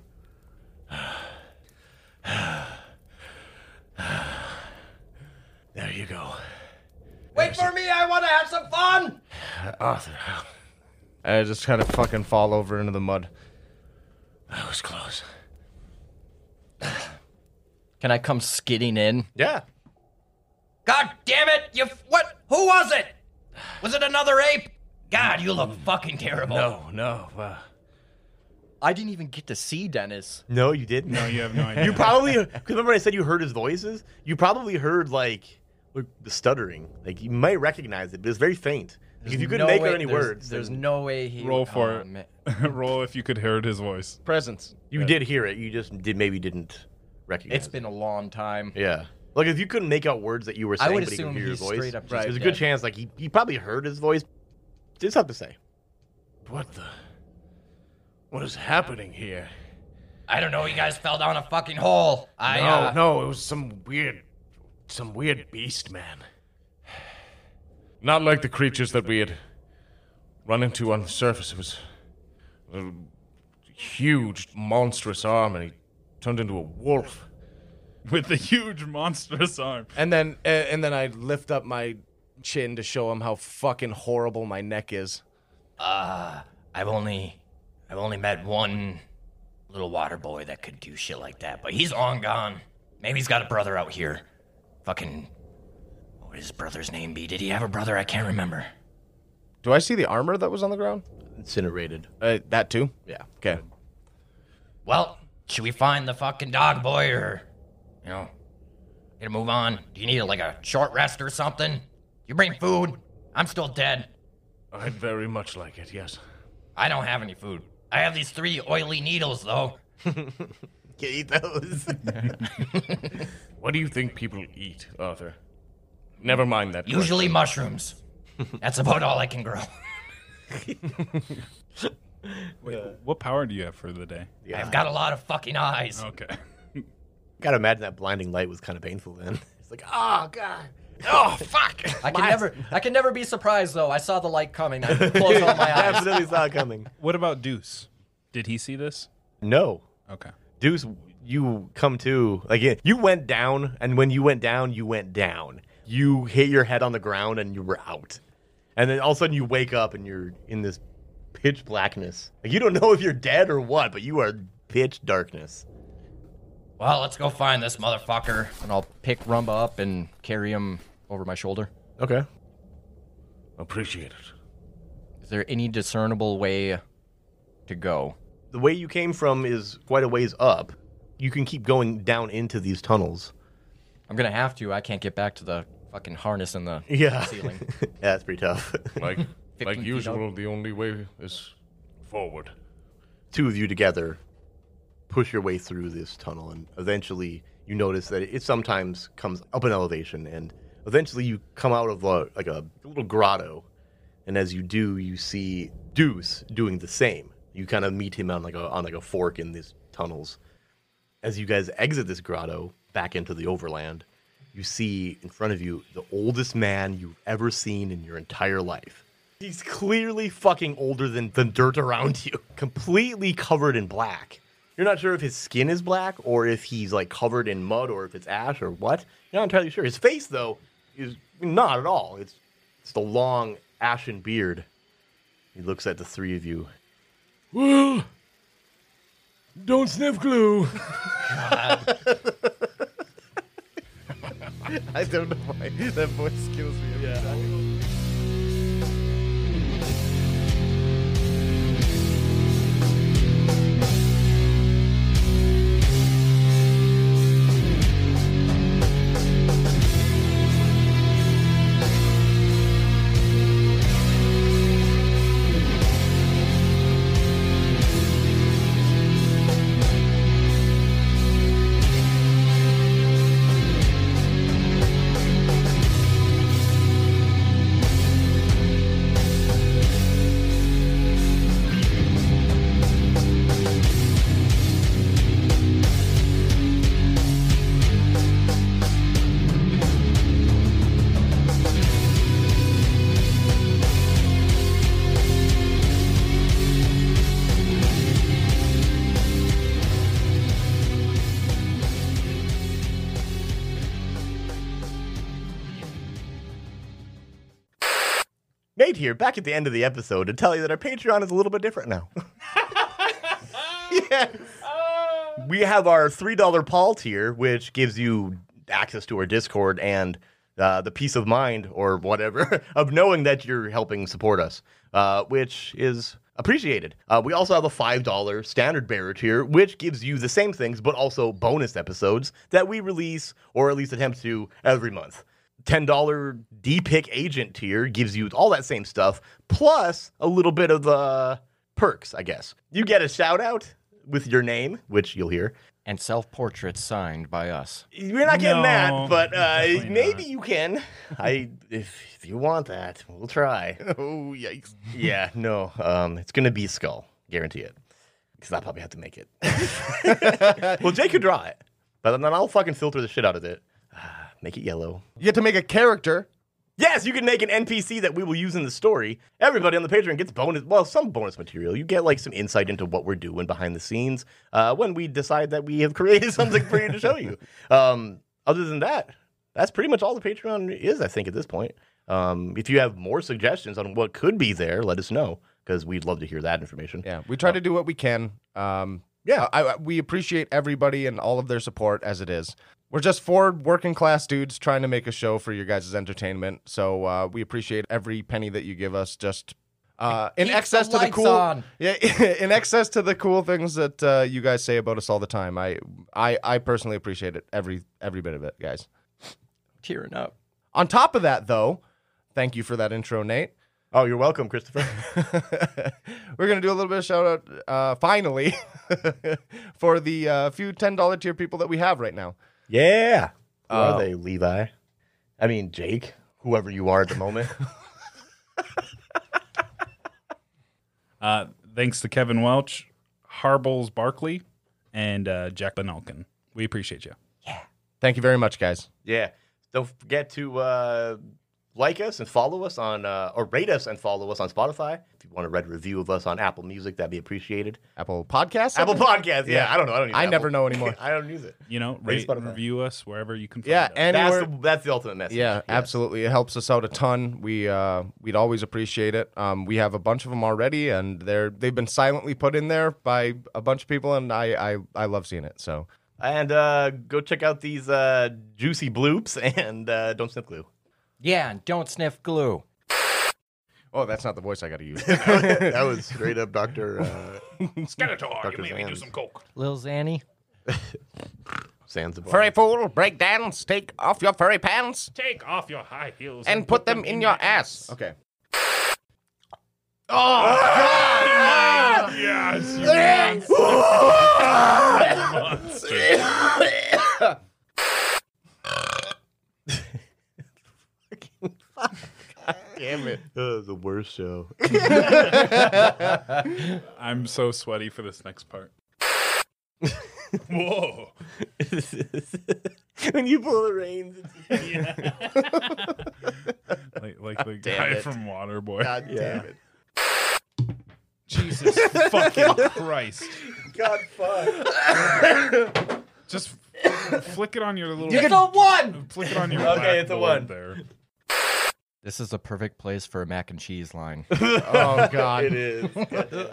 Speaker 4: There you go.
Speaker 8: Wait for me, I want to have some fun!
Speaker 4: I just kind of fucking fall over into the mud. That was close.
Speaker 3: Can I come skidding in?
Speaker 1: Yeah.
Speaker 8: God damn it! You f- what? Who was it? Was it another ape? God, you look fucking terrible.
Speaker 4: No, no. Uh,
Speaker 3: I didn't even get to see Dennis.
Speaker 1: No, you didn't.
Speaker 2: No, you have no idea.
Speaker 1: You probably 'cause remember I said you heard his voices. You probably heard like, like, the stuttering. Like you might recognize it, but it's very faint. if you couldn't
Speaker 3: No
Speaker 1: make
Speaker 3: way-
Speaker 1: out any
Speaker 3: there's-
Speaker 1: words,
Speaker 3: There's
Speaker 1: then
Speaker 3: no way he.
Speaker 2: Roll for
Speaker 3: oh,
Speaker 2: it.
Speaker 3: man.
Speaker 2: Roll if you could hear his voice.
Speaker 4: presence.
Speaker 1: you did hear it. You just did maybe didn't recognize.
Speaker 3: It's been a long time.
Speaker 1: yeah. Like if you couldn't make out words that you were
Speaker 3: I
Speaker 1: saying,
Speaker 3: would
Speaker 1: but you could
Speaker 3: assume
Speaker 1: hear your
Speaker 3: he's
Speaker 1: voice,
Speaker 3: straight up just
Speaker 1: there's a good
Speaker 3: dead.
Speaker 1: chance like he, he probably heard his voice. It's tough to say.
Speaker 5: What the? What is happening here?
Speaker 8: I don't know. You guys fell down a fucking hole. I
Speaker 5: no,
Speaker 8: uh,
Speaker 5: no, it was some weird, some weird beast, man. Not like the creatures that we had run into on the surface. It was a huge, monstrous arm, and he turned into a wolf.
Speaker 2: With a huge monstrous arm.
Speaker 4: And then uh, and then I lift up my chin to show him how fucking horrible my neck is.
Speaker 8: I've only, I've only met one little water boy that could do shit like that, but he's long gone. Maybe he's got a brother out here. Fucking, what would his brother's name be? Did he have a brother? I can't remember.
Speaker 4: Do I see the armor that was on the ground?
Speaker 1: Incinerated.
Speaker 4: Uh, that too.
Speaker 1: Yeah.
Speaker 4: Okay.
Speaker 8: Well, should we find the fucking dog boy or, you know, get a move on? Do you need like a short rest or something? You bring food? I'm still dead.
Speaker 5: I'd very much like it, yes.
Speaker 8: I don't have any food. I have these three oily needles though.
Speaker 1: Can eat those.
Speaker 5: What do you think people eat, Arthur? Never mind that. question.
Speaker 8: Usually mushrooms. That's about all I can grow.
Speaker 2: Wait, what power do you have for the day?
Speaker 8: I've got a lot of fucking eyes.
Speaker 2: Okay.
Speaker 1: Gotta imagine that blinding light was kind of painful then. It's like, oh god.
Speaker 8: Oh fuck!
Speaker 3: I can never. I can never be surprised though. I saw the light coming. I closed all my eyes.
Speaker 1: Definitely saw it coming.
Speaker 2: What about Deuce? Did he see this?
Speaker 1: No.
Speaker 2: Okay.
Speaker 1: Deuce, you come to like you went down, and when you went down, you went down. You hit your head on the ground, and you were out. And then all of a sudden, you wake up, and you're in this pitch blackness. Like you don't know if you're dead or what, but you are pitch darkness.
Speaker 8: Well, let's go find this motherfucker.
Speaker 3: And I'll pick Rumba up and carry him over my shoulder.
Speaker 1: Okay.
Speaker 5: Appreciate it.
Speaker 3: Is there any discernible way to go?
Speaker 1: The way you came from is quite a ways up. You can keep going down into these tunnels.
Speaker 3: I'm gonna have to. I can't get back to the fucking harness in the
Speaker 1: Yeah.
Speaker 3: ceiling.
Speaker 1: yeah, that's pretty tough.
Speaker 5: Like, like
Speaker 3: feet
Speaker 5: usual, the only way is forward.
Speaker 1: two of you together push your way through this tunnel and eventually you notice that it sometimes comes up an elevation and eventually you come out of a, like a little grotto and as you do you see deuce doing the same you kind of meet him on like a on like a fork in these tunnels as you guys exit this grotto back into the overland you see in front of you the oldest man you've ever seen in your entire life He's clearly fucking older than the dirt around you. Completely covered in black. You're not sure if his skin is black or if he's like covered in mud or if it's ash or what. You're not entirely sure. His face though is not at all. It's it's the long ashen beard. He looks at the three of you.
Speaker 5: Don't sniff glue.
Speaker 4: I don't know why that voice kills me. Every time.
Speaker 1: Nate here, back at the end of the episode to tell you that our Patreon is a little bit different now. yes. We have our $3 Paul tier, which gives you access to our Discord and uh, the peace of mind or whatever of knowing that you're helping support us, uh, which is appreciated. Uh, we also have a $5 standard bearer tier, which gives you the same things, but also bonus episodes that we release or at least attempt to every month. $10 D pick agent tier gives you all that same stuff, plus a little bit of the perks, I guess. You get a shout out with your name, which you'll hear.
Speaker 3: And self portraits signed by us.
Speaker 1: You're not getting
Speaker 2: No,
Speaker 1: that, but uh,
Speaker 2: definitely
Speaker 1: maybe
Speaker 2: not.
Speaker 1: you can. I if, if you want that, we'll try.
Speaker 4: Oh yikes!
Speaker 1: yeah, no. Um, it's gonna be skull, guarantee it. Because I probably have to make it. well, Jake could draw it, but then I'll fucking filter the shit out of it. Ah, Make it yellow.
Speaker 4: You get to make a character.
Speaker 1: Yes, you can make an NPC that we will use in the story. Everybody on the Patreon gets bonus, well, some bonus material. You get like some insight into what we're doing behind the scenes uh, when we decide that we have created something for you to show you. Um, other than that, that's pretty much all the Patreon is, I think, at this point. Um, if you have more suggestions on what could be there, let us know because we'd love to hear that information.
Speaker 4: Yeah, we try to do what we can. Um, yeah, I, I- we appreciate everybody and all of their support as it is. We're just four working class dudes trying to make a show for your guys' entertainment. So uh, we appreciate every penny that you give us. Just uh, in
Speaker 3: Keeps
Speaker 4: excess
Speaker 3: the
Speaker 4: to the
Speaker 3: lights
Speaker 4: cool,
Speaker 3: on.
Speaker 4: yeah, in excess to the cool things that uh, you guys say about us all the time. I, I, I personally appreciate it every every bit of it, guys.
Speaker 3: Tearing up.
Speaker 4: On top of that, though, thank you for that intro, Nate.
Speaker 1: Oh, you're welcome, Christopher.
Speaker 4: We're gonna do a little bit of shout out uh, finally for the uh, few ten dollar tier people that we have right now.
Speaker 1: yeah. Who are they, Levi? I mean, Jake, whoever you are at the moment.
Speaker 2: Uh, thanks to Kevin Welch, Harbles Barkley, and uh, Jack Benalkin. We appreciate you.
Speaker 4: Thank you very much, guys.
Speaker 1: Yeah. Don't forget to uh, like us and follow us on, uh, or rate us and follow us on Spotify. If you want to read a review of us on Apple Music, that'd be appreciated.
Speaker 4: Apple Podcast.
Speaker 1: Apple Podcasts. Yeah, I don't know. I don't. Use
Speaker 4: I
Speaker 1: Apple.
Speaker 4: never know anymore.
Speaker 1: I don't use it.
Speaker 2: You know,
Speaker 1: Rate
Speaker 2: rate,
Speaker 1: Spotify.
Speaker 2: review us wherever you can. Find
Speaker 4: Yeah,
Speaker 2: us.
Speaker 1: That's
Speaker 4: anywhere.
Speaker 1: the, that's the ultimate message.
Speaker 4: yeah,
Speaker 1: Yes.
Speaker 4: absolutely. It helps us out a ton. We uh, we'd always appreciate it. Um, we have a bunch of them already, and they're they've been silently put in there by a bunch of people, and I I, I love seeing it. So
Speaker 1: And uh, go check out these uh, juicy bloops and uh, don't sniff glue.
Speaker 3: Yeah, and don't sniff glue.
Speaker 4: oh, that's not the voice I got to use.
Speaker 1: that was straight up Doctor uh,
Speaker 5: Skeletor,
Speaker 1: Dr. made me do Zan. some
Speaker 5: coke.
Speaker 3: Lil Zanny.
Speaker 1: Sansabar.
Speaker 4: furry fool, break dance, take off your furry pants.
Speaker 5: Take off your high heels
Speaker 4: and put them in your ass. Okay.
Speaker 5: Yes.
Speaker 1: Damn it! Uh, the worst show.
Speaker 2: I'm so sweaty for this next part. Whoa.
Speaker 1: when you pull the reins. It's-
Speaker 2: Like, like the guy
Speaker 1: it.
Speaker 2: from Waterboy.
Speaker 1: God damn it!
Speaker 2: Jesus fucking Christ.
Speaker 1: God fuck!
Speaker 2: Just f- flick it on your little.
Speaker 3: one!
Speaker 2: flick it on your.
Speaker 1: Okay, it's a
Speaker 2: blackboard
Speaker 1: one.
Speaker 2: There.
Speaker 3: This is the perfect place for a mac and cheese line.
Speaker 4: Oh God.
Speaker 1: It is.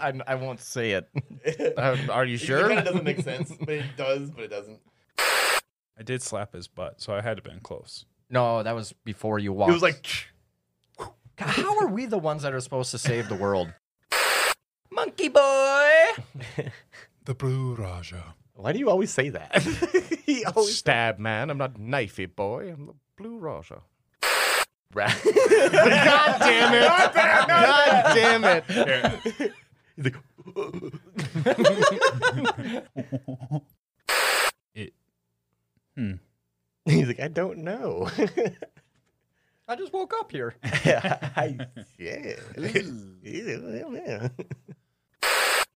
Speaker 3: I, I won't say it.
Speaker 4: Uh, are you
Speaker 1: It kind
Speaker 4: sure?
Speaker 1: of doesn't make sense, but it does, but it doesn't.
Speaker 2: I I did slap his butt, so I had to been close.
Speaker 3: No, that was before you walked.
Speaker 1: It was like,
Speaker 3: God, how are we the ones that are supposed to save the world?
Speaker 8: Monkey boy!
Speaker 2: The Blue Raja.
Speaker 1: why do you always say that? he always
Speaker 4: Stab man, I'm not knifey boy. I'm the blue Raja.
Speaker 1: Ra-
Speaker 4: God damn it! God damn it!
Speaker 1: He's like,
Speaker 2: It
Speaker 1: he's like, I don't know.
Speaker 3: I just woke up here.
Speaker 1: I, "Oh, yeah. Ew, I don't know.